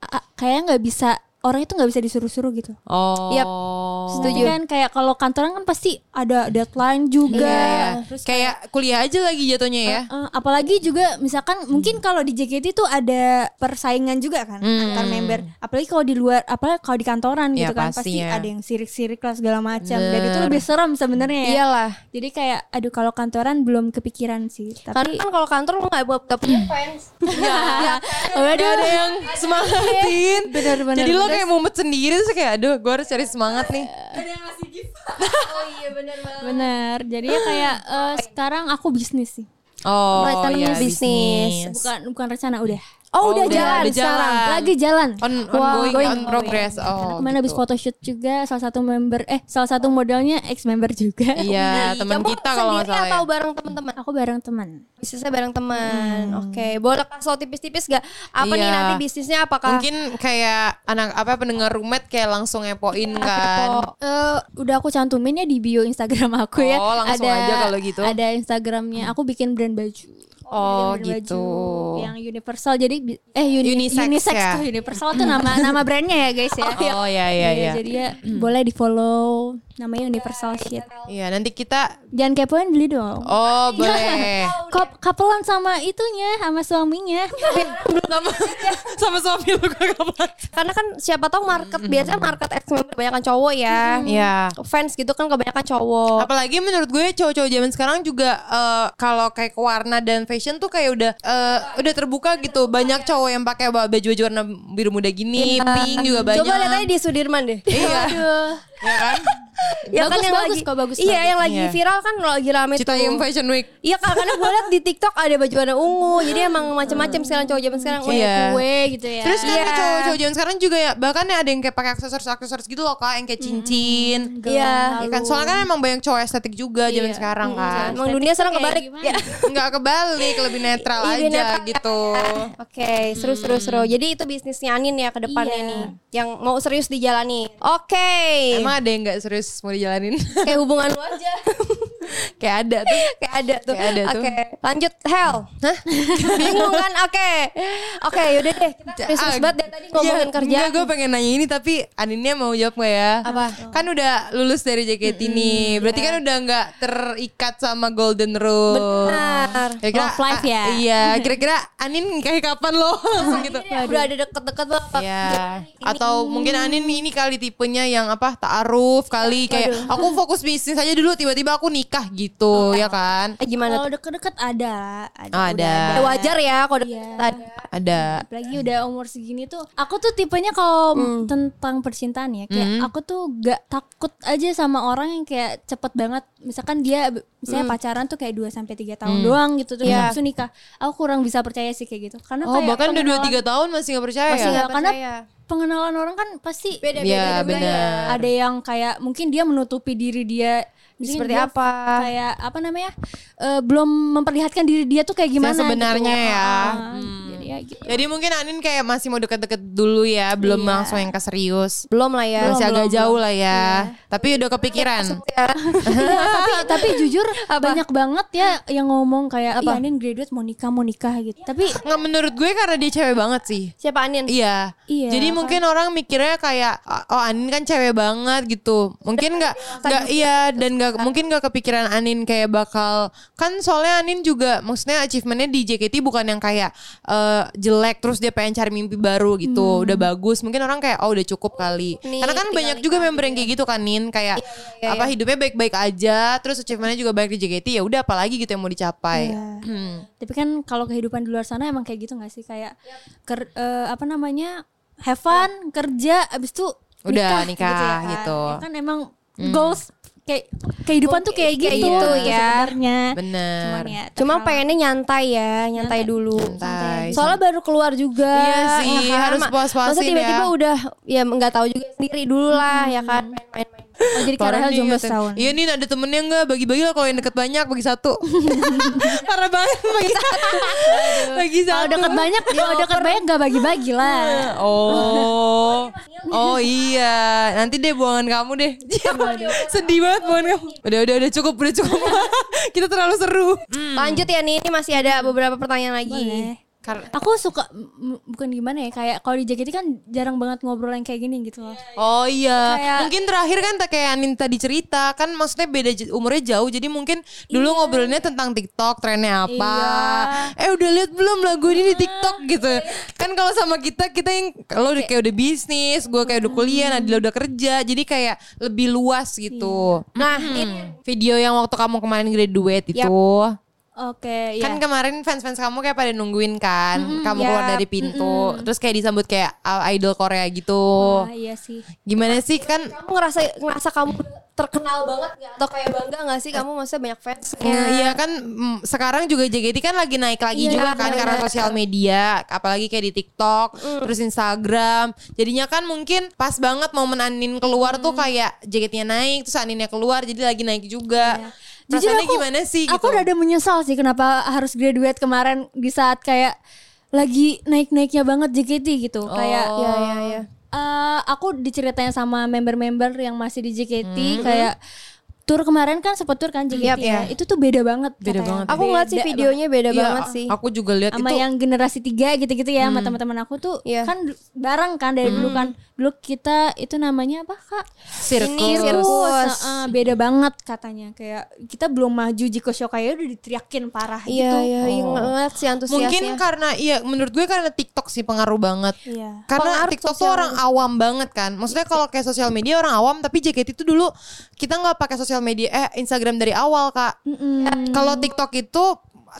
A: a- kayak nggak bisa orang itu nggak bisa disuruh-suruh gitu.
C: Oh. Iya,
B: Yap.
A: Tapi kan kayak kalau kantoran kan pasti ada deadline juga.
C: Iya, iya. Kayak kuliah aja lagi jatuhnya ya.
A: Eh, apalagi juga misalkan
C: Hmm.
A: mungkin kalau di JKT tuh ada persaingan juga kan antar member. Apalagi kalau di luar, apalagi kalau di kantoran
C: Hmm. Ya,
A: gitu kan pasti
C: pastinya.
A: ada yang sirik-sirik lah segala macam. Dan
C: Bener. Iya.
A: itu lebih serem sebenarnya ya.
B: Iyalah.
A: Jadi kayak aduh kalau kantoran belum kepikiran sih.
B: Karena
A: Tapi
B: kan kalau kantor lu nggak buat punya fans.
C: Waduh. ada yang semangatin.
A: Benar-benar.
C: Jadi lo kayak mumet sendiri terus kayak aduh gue harus cari semangat nih.
B: oh iya benar banget.
A: bener. Jadi ya kayak eh, sekarang aku bisnis sih.
C: Oh,
B: Return
C: iya, bisnis.
B: bisnis.
A: Bukan bukan rencana udah.
C: Oh,
A: Oh, udah,
C: udah,
A: jalan
C: udah jalan.
A: sekarang. Lagi jalan.
C: On, ongoing, on progress. Oh,
A: Kemarin habis
C: gitu.
A: photoshoot juga salah satu member eh salah satu modelnya ex member juga.
C: Iya, teman
B: Kamu
C: kita kalau nggak
B: sendiri
C: salah.
B: atau
C: Ya.
B: bareng teman-teman?
A: Aku bareng teman.
B: Bisnisnya bareng teman. Oke, boleh kasih tipis-tipis gak? Apa
C: Hmm.
B: nih
C: Iya.
B: nanti bisnisnya apakah?
C: Mungkin kayak anak apa pendengar rumet kayak langsung ngepoin kan.
A: Eh, udah aku cantumin ya di bio Instagram aku ya.
C: Oh, langsung aja kalau gitu.
A: Ada Instagramnya. Aku bikin brand baju.
C: Oh,
A: Bikin brand
C: gitu.
A: baju yang universal. Jadi bi- eh uni-
C: Unisex
A: unisex,
C: ya?
A: tuh universal tuh nama nama brandnya ya guys ya.
C: Oh iya iya
A: Iya,
C: iya.
A: Jadi ya boleh di follow namanya Universal Shit.
C: Iya, nanti kita
A: Jangan kepoin beli dong.
C: Oh, boleh.
A: Kop kapelan sama itunya sama suaminya.
C: sama sama suami lu gue kapan?
B: kan Karena kan siapa tahu market biasanya market ex member kebanyakan cowok ya.
C: Hmm. Iya.
B: Fans gitu kan kebanyakan cowok.
C: Apalagi menurut gue cowok-cowok zaman sekarang juga eh, kalau kayak ke warna dan fashion tuh kayak udah eh, udah terbuka gitu. Banyak cowok yang pakai
B: Iya. Nah,
C: baju-baju warna biru muda gini, pink juga banyak.
B: Coba lihat aja di Sudirman deh.
C: Iya. ya kan?
B: ya
A: Bagus,
B: kan yang
A: bagus
B: lagi
A: kok, bagus,
B: iya
A: bagus.
B: yang lagi
C: Iya.
B: viral kan lagi rame
C: Citayam
B: tuh
C: Fashion Week.
B: Iya kan karena gue liat di TikTok ada baju warna ungu Jadi emang macam-macam sekarang cowok zaman sekarang
C: Hmm.
B: Oh,
C: Iya.
B: udah
A: Kue gitu ya.
C: Terus kan
B: Iya.
C: cowok-cowok zaman sekarang juga ya bahkan ya ada yang kayak pakai aksesoris-aksesoris gitu loh kak yang kayak cincin.
A: gelang
B: Iya,
A: kalung.
C: Ya kan soalnya kan emang banyak cowok estetik juga zaman
A: Iya.
C: sekarang kan.
B: Emang dunia sekarang kebalik
A: Kayak
B: ya.
A: gimana?
C: Nggak kebalik, lebih netral
B: Iya,
C: aja
B: netral.
C: gitu.
B: Eh, Oke, seru seru
C: Hmm.
B: seru. Jadi itu bisnisnya Anin ya ke depannya
A: Iya.
B: nih, yang mau serius dijalani. Oke.
C: Emang ada yang nggak serius mau dijalanin?
B: Kayak hubungan lu aja.
C: kayak ada tuh.
B: Kayak ada tuh.
C: Kayak ada
B: Oke,
C: tuh.
B: lanjut Hel. Hah? Bingung kan? Oke. Oke, yaudah deh. Kita serius
C: Ah,
B: banget dari tadi ngomongin
C: iya,
B: kerja.
C: Enggak, gue pengen nanya ini tapi Aninnya mau jawab gak ya?
B: Apa? Iya.
C: Kan udah lulus dari JKT nih. Berarti kan udah nggak terikat sama Golden Rule.
B: Benar.
A: Love life ya.
C: Iya, kira-kira Anin kayak kapan loh? Langsung gitu.
B: Udah ada deket-deket banget.
C: Iya. Atau mungkin Anin ini kali tipenya yang apa? Ta'aruf kali kayak aku fokus bisnis aja dulu tiba-tiba aku nikah gitu, ya kan?
B: Eh, Gimana
A: Kalau
B: tuh?
A: deket-deket ada, ada.
C: Oh,
A: udah
C: ada.
B: Ya, wajar ya kalau
A: Iya.
B: deket ada.
C: Ada.
A: Apalagi udah umur segini tuh, aku tuh tipenya kalau
C: Mm.
A: tentang percintaan ya, kayak
C: Mm-hmm.
A: aku tuh gak takut aja sama orang yang kayak cepet banget. Misalkan dia, misalnya
C: Mm.
A: pacaran tuh kayak 2 sampai tiga tahun doang gitu tuh,
B: Iya.
A: langsung nikah. Aku kurang bisa percaya sih kayak gitu, karena
C: Oh,
A: kayak
C: bahkan udah 2
A: pengenalan-
C: 3 tahun masih nggak percaya. ya?
A: Iya,
B: nggak
A: karena
B: percaya.
A: pengenalan orang kan pasti
B: Beda-beda
C: Iya,
B: juga ya.
C: benar.
A: ada yang kayak mungkin dia menutupi diri dia misalnya
B: Seperti
A: dia
B: apa?
C: ya.
A: kayak apa namanya eh, belum memperlihatkan diri dia tuh kayak gimana gitu.
C: sebenarnya ya.
A: Ah, jadi ya gitu
C: Jadi mungkin Anin kayak masih mau deket-deket dulu ya, belum langsung yang ke serius.
B: Belum lah ya.
C: masih agak jauh lah ya. Tapi udah kepikiran.
B: Eh,
A: Iya, tapi tapi jujur banyak banget ya yang ngomong kayak apa? Anin graduate mau nikah mau nikah gitu tapi
C: Nggak menurut gue karena dia cewek banget sih.
B: Siapa Anin?
C: Iya.
A: Iya,
C: Jadi
A: kan.
C: mungkin orang mikirnya kayak oh Anin kan cewek banget gitu. Mungkin nggak nggak iya dan nggak mungkin nggak kepikiran Anin kayak bakal kan soalnya Anin juga maksudnya achievementnya di JKT bukan yang kayak eh, jelek terus dia pengen cari mimpi baru gitu. Udah bagus. Mungkin orang kayak oh udah cukup kali.
B: Nih,
C: Karena kan
B: tinggal
C: banyak juga member yang kayak gitu kan Nin kayak
B: iya,
C: apa hidupnya baik-baik aja terus achievementnya juga baik di JKT ya udah apalagi gitu yang mau dicapai.
A: Iya.
C: Hmm.
A: tapi kan kalau kehidupan di luar sana emang kayak gitu nggak sih kayak ker- eh, apa namanya have fun kerja abis itu
C: Udah, nikah,
A: ya kan.
C: gitu.
A: Ya kan emang goals kayak kehidupan tuh kayak gitu,
B: Kayak gitu ya.
A: sebenarnya.
C: Bener.
A: Cuman ya,
B: Cuma
A: terhalang.
B: pengennya nyantai ya, nyantai, dulu.
C: Santai.
B: Soalnya baru keluar juga.
C: Iya sih,
B: ya kan?
C: harus
B: Ma-
C: puas-puasin
B: Masa tiba-tiba
C: ya.
B: udah ya nggak tahu juga sendiri dulu lah ya kan.
C: Hmm.
B: Main-main.
A: Oh, jadi
C: Parah
A: Karel
C: nih,
A: jomblo
C: katanya.
A: setahun.
C: Iya nih ada temennya enggak bagi-bagi lah kalau yang deket banyak bagi satu. Parah banget bagi satu. bagi
A: Kalau
C: satu.
A: deket banyak, kalau deket banyak nggak bagi-bagi lah.
C: Iya. Oh. Oh iya, nanti deh buangan kamu deh. Sedih banget buangan Iya, kamu. Udah udah udah cukup, udah cukup. Kita terlalu seru.
B: Lanjut ya nih, ini masih ada beberapa pertanyaan lagi.
C: Iya.
A: Boleh.
C: Kar-
A: Iya. Aku suka m- bukan gimana ya kayak kalau di JKT kan jarang banget ngobrol yang kayak gini gitu loh.
C: Oh iya,
A: Kayak-
C: mungkin terakhir kan tak kayak Anin tadi cerita kan maksudnya beda j- umurnya jauh jadi mungkin dulu ngobrolnya tentang TikTok trennya apa. Eh udah lihat belum lagu ini di TikTok gitu. Kan kalau sama kita kita yang lo udah kayak udah bisnis, gue kayak udah kuliah, Nadila udah kerja, jadi kayak lebih luas gitu.
B: Nah, ini
C: Hmm. Video yang waktu kamu kemarin graduate itu.
A: Oke,
C: Kan
A: ya.
C: kemarin fans-fans kamu kayak pada nungguin kan, kamu keluar
B: yap.
C: dari pintu, terus kayak disambut kayak uh, idol Korea gitu.
A: Ah, iya sih.
C: Gimana sih kan
B: kamu ngerasa ngerasa kamu terkenal banget nggak? Atau kayak bangga nggak sih kamu maksudnya banyak fans? ya?
C: Nah, iya kan mm, sekarang juga JKT kan lagi naik lagi
B: Iya,
C: juga kan
B: benar.
C: karena sosial media, apalagi kayak di TikTok, terus Instagram. Jadinya kan mungkin pas banget momen Anin keluar tuh kayak JKT-nya naik, terus Aninnya keluar jadi lagi naik juga. Perasaannya gimana sih gitu?
A: Aku rada menyesal sih kenapa harus graduate kemarin di saat kayak lagi naik-naiknya banget JKT gitu. Kayak
C: Oh.
B: Iya, iya, iya.
A: eh, aku diceritain sama member-member yang masih di JKT
C: Hmm.
A: kayak tur kemarin kan sempat tur kan JKT
B: Yap,
A: ya. Itu tuh beda banget
C: Beda
A: katanya.
C: banget.
B: Aku ngeliat sih
A: Beda
B: videonya beda
C: Iya,
B: banget sih.
C: Aku juga lihat
A: sama
C: itu. Hmm.
A: yang generasi tiga gitu-gitu ya sama teman-teman aku tuh
B: Iya.
A: kan du- bareng kan dari dulu kan dulu kita itu namanya apa kak
C: Sirkus.
A: Sirkus, heeh, beda banget katanya kayak kita belum maju Jiko Shokai udah diteriakin parah
B: Iya,
A: gitu
B: iya, iya, ngeliat sih antusiasnya.
C: Mungkin karena iya menurut gue karena TikTok sih pengaruh banget.
A: Iya.
C: Karena
B: Pengaruh
C: TikTok tuh
B: sosial
C: orang awam banget kan. Maksudnya kalau kayak sosial media orang awam tapi JKT itu dulu kita nggak pakai sosial media eh Instagram dari awal, Kak. Kalau TikTok itu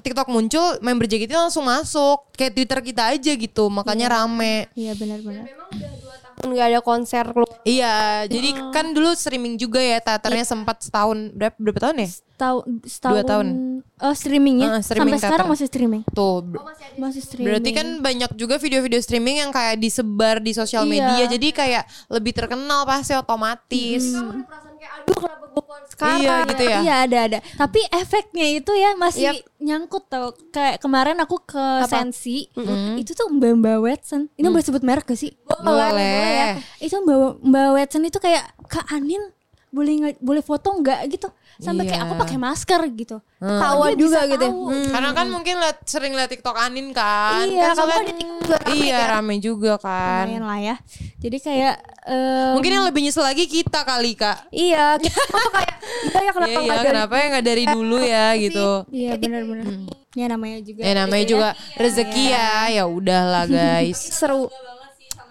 C: TikTok muncul member JKT langsung masuk kayak Twitter kita aja gitu, makanya rame.
A: iya benar-benar
B: Memang udah 2 tahun tahun gak ada konser keluar.
C: Iya, jadi kan dulu streaming juga ya teaternya
B: Iya.
C: sempat setahun berapa, berapa tahun ya?
A: Setahun, setahun
C: Dua tahun.
A: eh, streamingnya
C: Heeh, streaming
A: sampai sekarang
C: teater.
A: masih streaming.
C: Tuh. ber-
A: Masih streaming.
C: Berarti kan banyak juga video-video streaming yang kayak disebar di sosial
A: Iya.
C: media. Jadi kayak lebih terkenal pasti otomatis.
B: Udah kan perasaan kayak aduh kenapa gue keluar sekarang.
C: Iya gitu ya.
A: Iya ada ada. Tapi efeknya itu ya masih
B: Yap.
A: nyangkut tau. Kayak kemarin aku ke Sensi, itu tuh Mbak Mbak Watson. Ini
C: Mm.
A: boleh sebut merek gak sih?
C: Oh, Boleh.
A: Itu Mbak Mbak Watson itu kayak Kak Anin boleh nggak boleh foto nggak gitu sampai
C: Iya.
A: kayak
C: Hmm.
A: aku pakai masker gitu
B: Ketawa juga gitu ya.
C: Karena kan mungkin liat, sering lihat TikTok Anin kan.
A: Iya,
C: kan
A: kamu
C: soalnya-
A: ada
C: Iya, rame juga kan.
A: Lumayan lah ya jadi kayak eh,
C: Mungkin yang lebih nyesel lagi kita kali, Kak.
B: Iya, kita tuh kayak iya ya kenapa
C: Iya, iya,
B: nggak ada
C: kenapa ya nggak dari dulu ya gitu.
A: iya benar-benar ya namanya juga
C: Ya namanya juga rezeki ya, ya udahlah guys.
B: seru.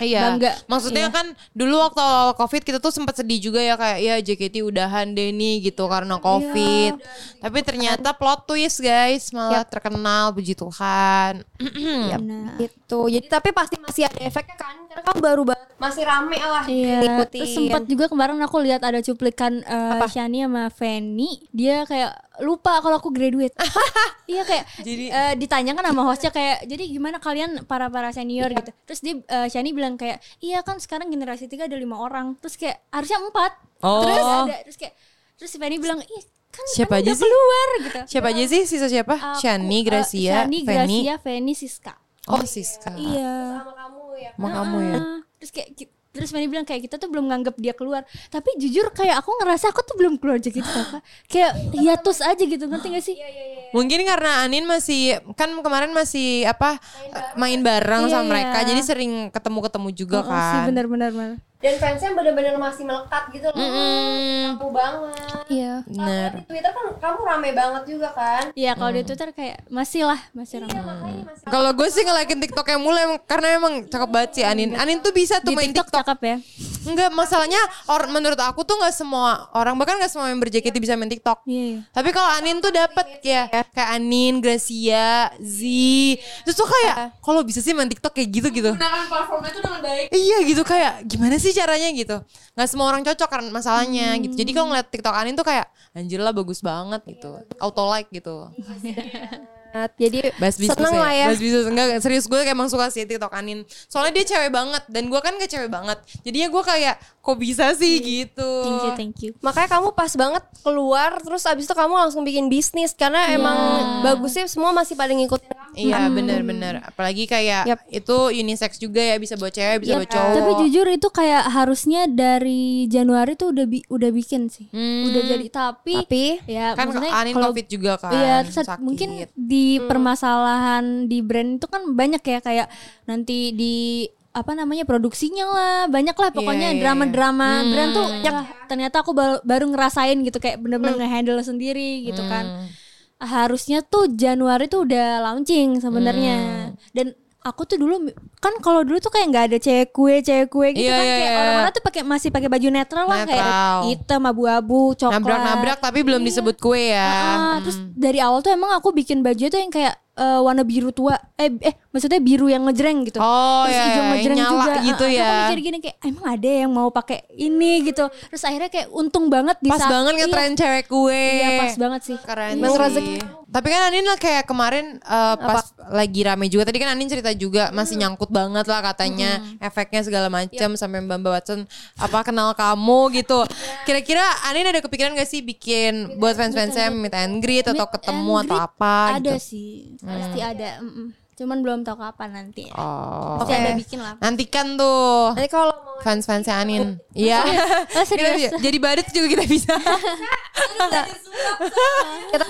C: Iya.
A: Bangga.
C: Maksudnya kan dulu waktu awal COVID kita tuh sempat sedih juga ya kayak ya JKT udahan deh nih gitu karena
A: Iya.
C: COVID. Tapi ternyata plot twist guys malah terkenal puji Tuhan.
A: Nah,
B: Gitu. Jadi tapi pasti masih ada efeknya kan karena kamu baru banget masih rame lah
A: Iya.
B: ngikutin.
A: Terus sempat juga kemarin aku lihat ada cuplikan eh, Shani sama Fanny, dia kayak lupa kalau aku graduate. iya kayak jadi ditanyakan sama hostnya kayak jadi gimana kalian para para
C: Iya.
A: senior gitu. Terus dia eh, Shani bilang kayak iya kan sekarang generasi tiga ada lima orang. Terus kayak harusnya empat.
C: Oh.
A: Terus ada terus kayak terus si Fanny bilang ih kan
C: Siapa
A: kan
C: aja
A: udah
C: sih?
A: keluar gitu.
C: Siapa aja sih sisa siapa?
A: Aku,
C: Shani,
A: eh,
C: Gracia,
A: Shani,
C: Fanny.
A: Gracia, Fanny, Siska.
C: Oh Siska.
A: Iya.
B: sama kamu ya.
C: Sama kamu ya.
A: Ah, terus kayak ki- terus Manny bilang kayak kita tuh belum nganggap dia keluar tapi jujur kayak aku ngerasa aku tuh belum keluar JKT kakak kayak hiatus aja gitu ngerti gak
C: Iya,
A: sih
C: Mungkin karena Anin masih kan kemarin masih apa main bareng
A: Iya,
C: sama
A: iya.
C: mereka, jadi sering ketemu-ketemu juga
A: Oh,
C: kan.
A: sih benar-benar benar
B: Dan fansnya bener-bener masih melekat gitu loh. Kamu banget.
A: iya
C: Bener.
B: Kalau di Twitter kan kamu rame banget juga kan.
A: iya kalau di Twitter kayak masih lah masih
C: Iya,
A: ramai
B: Makanya masih
C: Kalau gue sih ngelakin TikToknya mulai emang- karena emang cakep banget sih Anin. Anin tuh bisa tuh
A: di
C: main
A: TikTok,
C: TikTok.
A: cakep ya
C: Enggak, masalahnya or, menurut aku tuh nggak semua orang bahkan nggak semua member JKT bisa main TikTok.
A: iya iya.
C: Tapi kalau Anin tuh dapet ya kayak Anin, Gracia, Z. Terus tuh kayak kalau bisa sih main TikTok kayak gitu gitu.
B: Nah, kan
D: menggunakan platformnya itu dengan baik
C: Iya gitu kayak gimana sih caranya gitu. Nggak semua orang cocok karena masalahnya gitu. Jadi kalau ngeliat TikTok Anin tuh kayak anjir lah bagus banget gitu. Auto like gitu.
B: banget. Jadi
C: Bahas bisnis
B: seneng lah ya.
C: Bahas bisnis enggak enggak, serius gue emang suka sih TikTok Anin. Soalnya dia cewek banget dan gue kan gak cewek banget. Jadinya gue kayak kok bisa sih gitu.
A: Iya. thank you thank you
B: Makanya kamu pas banget keluar terus abis itu kamu langsung bikin bisnis karena emang bagusnya semua masih pada ngikutin kamu.
C: Iya
A: Hmm.
C: bener-bener Apalagi kayak
B: Yap.
C: itu unisex juga ya Bisa buat cewek bisa
A: Iya,
C: buat cowok
A: tapi jujur itu kayak harusnya dari Januari tuh udah bi- udah bikin sih udah jadi tapi,
B: Tapi
C: Hmm.
A: ya
C: Kan
A: maksudnya
C: Anin
A: kalau-
C: covid juga kan
A: Iya, terus ada-
C: sakit.
A: mungkin di
C: Hmm.
A: permasalahan di brand itu kan banyak ya kayak nanti di apa namanya produksinya lah banyak lah pokoknya
C: Iya, iya,
A: drama-drama brand tuh wah, ternyata aku baru, baru ngerasain gitu kayak bener-bener
C: Hmm.
A: ngehandle sendiri gitu kan harusnya tuh Januari tuh udah launching
C: Hmm.
A: sebenarnya dan aku tuh dulu kan kalau dulu tuh kayak nggak ada cewek kue cewek kue gitu
C: Iya,
A: kan
C: iya,
A: kayak
C: iya.
A: orang-orang tuh pakai masih pakai baju netral lah
C: Netral.
A: kayak hitam abu-abu coklat
C: Nabrak-nabrak tapi belum disebut kue ya
A: Iya. Ah, terus dari awal tuh emang aku bikin baju tuh yang kayak eh, warna biru tua eh eh maksudnya biru yang ngejreng gitu.
C: Oh,
A: terus
C: iya,
A: hijau
C: iya,
A: ngejreng
C: nyala gitu
A: juga. Ah, ah. Terus
C: ya.
A: Aku mikir gini kayak emang ada yang mau pakai ini gitu. Terus akhirnya kayak untung banget di
C: Pas
A: saat-
C: banget
A: iya,
C: ngetren cewek kue
A: Iya, pas banget sih.
C: Keren
B: Emang
C: sih.
B: rezeki.
C: Tapi kan Anin lah kayak kemarin uh, pas lagi rame juga. Tadi kan Anin cerita juga masih nyangkut banget lah katanya efeknya segala macam sampai Mbak Mbak Watson apa kenal kamu gitu. Kira-kira Anin ada kepikiran gak sih bikin buat fans-fansnya meet and greet atau
A: Meet
C: ketemu
A: and
C: atau
A: greet
C: apa
A: Ada
C: gitu?
A: sih. Pasti ada. mm-mm. Cuman belum tahu kapan nanti. Ya.
C: Oh.
A: Pasti ada bikin lah.
C: Nantikan tuh
B: nanti kalau mau
C: fans-fansnya Anin. Iya.
A: Oh,
C: Kita
A: serius.
C: bisa- Jadi badut juga kita bisa.
B: kita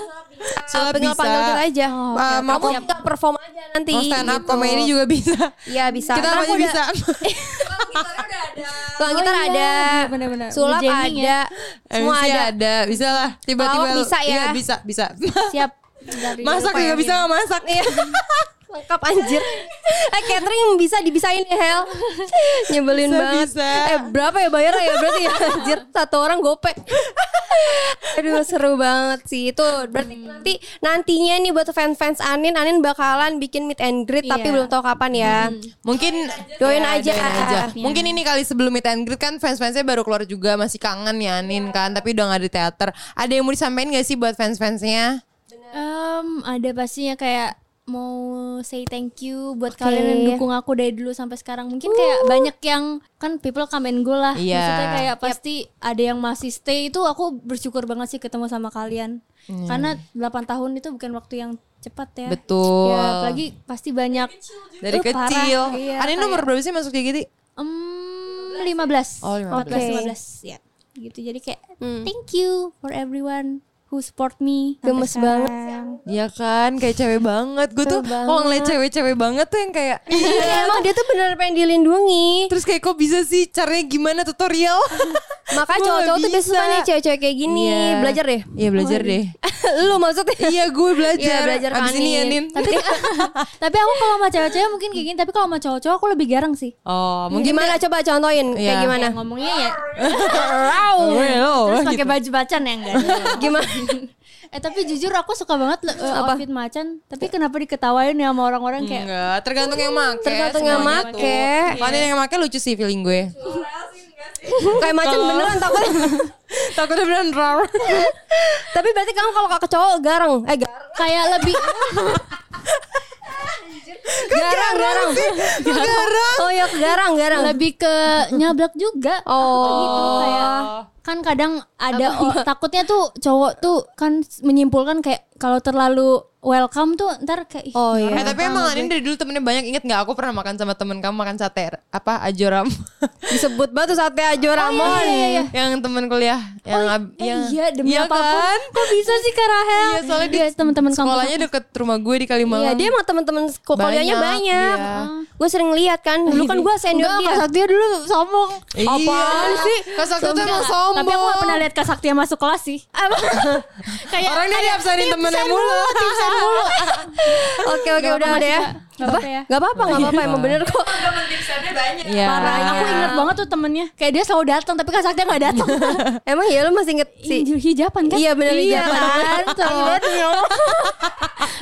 C: Sulap bisa.
B: tinggal panggil kita aja.
A: Oh,
C: oke,
B: mau
C: oke.
B: kita perform aja nanti.
C: Mau stand up
B: gitu.
C: comedy juga bisa.
B: Iya bisa.
C: Kita
B: Karena
C: namanya
B: aku udah-
C: bisa.
B: Tulang gitar
A: Oh iya,
B: ada.
A: bener-bener.
B: Sulap
A: Ngejamming ya.
B: ada. Semua
C: MC
B: ada.
C: ada. Eh, Bisa lah. Tiba-tiba
B: Pelawak bisa ya.
C: Iya, bisa, bisa.
A: Siap. Dari
C: Masak
A: lupa
C: juga
A: yang
C: bisa nggak masak
B: Eh,
C: ya.
B: lengkap anjir eh catering bisa dibisain ya Hel nyebelin
C: Bisa,
B: banget
C: bisa.
B: eh berapa ya bayarnya ya berarti ya anjir satu orang gopek aduh seru banget sih itu berarti
C: Hmm.
B: nanti nantinya nih buat fans fans Anin Anin bakalan bikin meet and greet tapi
A: Iya.
B: belum tahu kapan ya
C: Hmm. Mungkin
B: Doain
C: Ya,
B: aja.
C: doain Mungkin ini kali sebelum meet and greet kan fans-fansnya baru keluar juga masih kangen ya Anin kan, tapi udah nggak di teater. Ada yang mau disampaikan gak sih buat fans-fansnya?
B: Ya.
A: Em, ada pastinya kayak mau say thank you buat
B: Oke.
A: kalian yang dukung aku dari dulu sampai sekarang. Mungkin kayak banyak yang kan people come and go lah.
C: Iya.
A: Maksudnya kayak pasti ada yang masih stay itu aku bersyukur banget sih ketemu sama kalian. Karena 8 tahun itu bukan waktu yang cepat ya.
C: Iya. Betul.
A: Ya, apalagi pasti banyak
C: Dari
B: Uh,
A: Eh, parah.
C: kecil.
A: Iya,
C: Anin
A: kayak-
B: Ya.
C: nomor berapa sih masuk JKT?
A: Em, 15.
C: Oh, Hmm. 15.
A: 14,
B: Oke.
A: 15, ya. Gitu. Jadi kayak thank you for everyone who support me. sampai
B: gemes banget
A: sekarang.
C: Iya kan, kayak cewek banget. Gue tuh kalau ngeliat cewek-cewek banget tuh yang kayak
B: Iya, emang dia tuh bener pengen dilindungi
C: terus kayak kok bisa sih caranya gimana tutorial?
B: Makanya
C: Gua
B: cowok-cowok tuh
C: nggak
B: biasa suka
C: bisa.
B: nih cewek-cewek kayak gini
C: Iya.
B: Belajar deh
C: Iya belajar deh.
B: Lu maksudnya
C: Iya gue belajar.
B: Iya, belajar ke
C: Abis ini ya,
B: Anin.
C: Nin.
A: tapi tapi aku kalau sama cewek-cewek mungkin kayak gini tapi kalau sama cowok-cowok aku lebih garang sih
C: Oh, mungkin
B: Gimana coba contohin Kayak
C: Iya.
B: gimana
A: Kayak ngomongnya ya
C: wow.
A: terus pakai baju macan ya enggak
B: Gimana
A: eh tapi jujur aku suka banget le- eh, outfit macan tapi kenapa diketawain ya sama orang-orang kayak
C: Enggak, tergantung yang make. Iya.
B: Tergantung yang
C: semuanya
B: make.
C: tuh. Kalau Anin yang make lucu sih feeling gue.
B: Kayak macan
C: Kalau-
B: beneran takutnya
C: Takutnya beneran rar.
B: Tapi berarti kamu kalau kakak cowok garang Eh garang
A: kayak lebih
C: Iya,
B: Garang garang
C: Garang.
B: Oh ya garang garang
A: lebih ke nyablak juga
B: Oh.
A: gitu kayak kan kadang ada o- takutnya tuh cowok tuh kan s- menyimpulkan kayak kalau terlalu welcome tuh ntar kayak ih,
B: Oh iya
C: Eh tapi emang Anin dari dulu temennya banyak inget gak? Aku pernah makan sama temen kamu makan sate apa ajoram Oh, iya,
B: Disebut batu sate ajo Ramon
C: yang temen kuliah yang ab-
A: eh,
C: yang
A: iya demi
C: Oh, Iya
A: apapun
C: kan?
A: kok bisa sih Karahel
C: Iya, soalnya di
A: teman-teman kamu
C: Sekolahnya deket rumah gue di Kalimalang.
B: Iya dia emang temen-temen kuliahnya
C: Banyak,
B: banyak
C: iya.
B: Gue sering lihat kan Dulu kan gue senior dia
A: Saktia dulu sombong
C: Apaan sih? Kasar tuh Iya. emang sombong.
A: Tapi aku gak pernah lihat Kak Saktia masuk kelas sih. kayak
C: Orang dia diabsenin temennya mulu.
B: Oke oke udah ada ya
A: Gak apa ya.
B: Gak apa-apa gak apa-apa emang bener kok
C: Iya.
A: Parah.
B: Ya.
A: Aku ingat banget tuh temennya. Kayak dia selalu datang tapi Kak Saktia gak datang.
B: Emang ya lu masih inget si
A: Injil hijapan kan?
B: Iya bener
A: iya,
B: hijapan.
A: betul.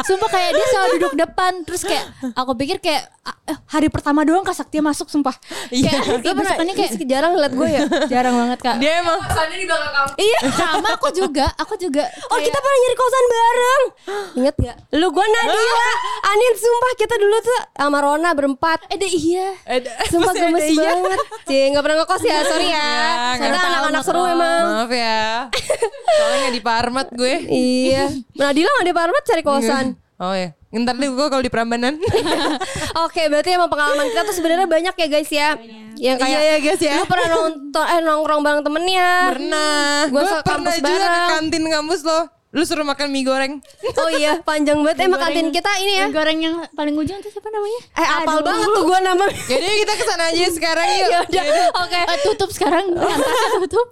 A: Sumpah kayak dia selalu duduk depan terus kayak aku pikir kayak ah, eh, hari pertama doang Kak Saktia masuk sumpah.
C: Iya.
A: Kayak
B: Lu
A: ih,
B: pernah
A: besokannya kayak
B: jarang ngeliat gue ya
A: jarang banget Kak.
C: Dia emang
A: Iya, sama aku juga. Aku juga.
B: Oh kita pernah nyari kosan bareng Ingat gak? Lu gue Nadila Anin sumpah kita dulu tuh sama Rona berempat
A: Eh, deh, iya.
B: Sumpah gemes banget Cie gak pernah ngekos ya sorry
A: Iya,
B: ya Kita
C: nggak tahu
B: anak-anak
C: ngekos.
B: seru emang
C: Maaf ya. Soalnya gak di Parmat gue.
B: Iya Nadila gak di Parmat
A: Iya.
B: cari kosan
C: Oh ya. Ntar deh gue kalau di Prambanan.
B: Iya, Oke berarti emang pengalaman kita tuh sebenarnya banyak ya guys ya Yang kayak
C: Iya, iya, guys, ya.
B: Lu pernah nonton eh nongkrong bareng temennya
C: pernah.
B: Gua
C: Gue
B: ke
C: pernah
B: kampus
C: juga ke
B: bareng.
C: kantin kampus lo. Lu suruh makan mie goreng.
B: Oh iya panjang banget Emang kantin
A: Goreng-
B: kita ini ya
A: mie Goreng yang paling ujung itu siapa namanya?
B: Eh apal banget tuh gue nama
C: Jadi kita kesana aja sekarang yuk.
B: Yaudah oke
A: Eh, tutup sekarang Berantakan tutup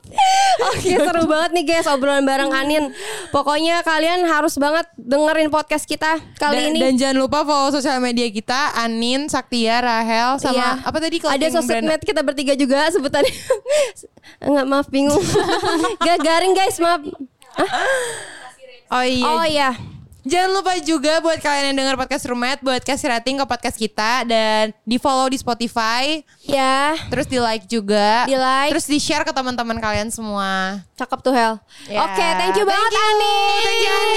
B: Oke seru banget nih guys obrolan bareng Anin Pokoknya kalian harus banget dengerin podcast kita kali
C: dan,
B: ini
C: dan jangan lupa follow sosial media kita Anin, Saktia, Rahel sama
B: Iya.
C: apa tadi
B: Ada
C: clothing
B: sosmed
C: brand?
B: kita bertiga juga sebutannya Enggak maaf bingung Gak garing guys maaf
C: Oh iya.
B: Oh iya
C: Jangan lupa juga buat kalian yang dengar podcast Rumet buat kasih rating ke podcast kita dan di follow di Spotify,
B: Ya
C: terus di like juga,
B: Di-like.
C: terus di share ke teman-teman kalian semua.
B: cakep tuh Hel
C: Ya.
B: Oke thank you banget
C: Thank you.
B: Anin
C: Thank you, Anin.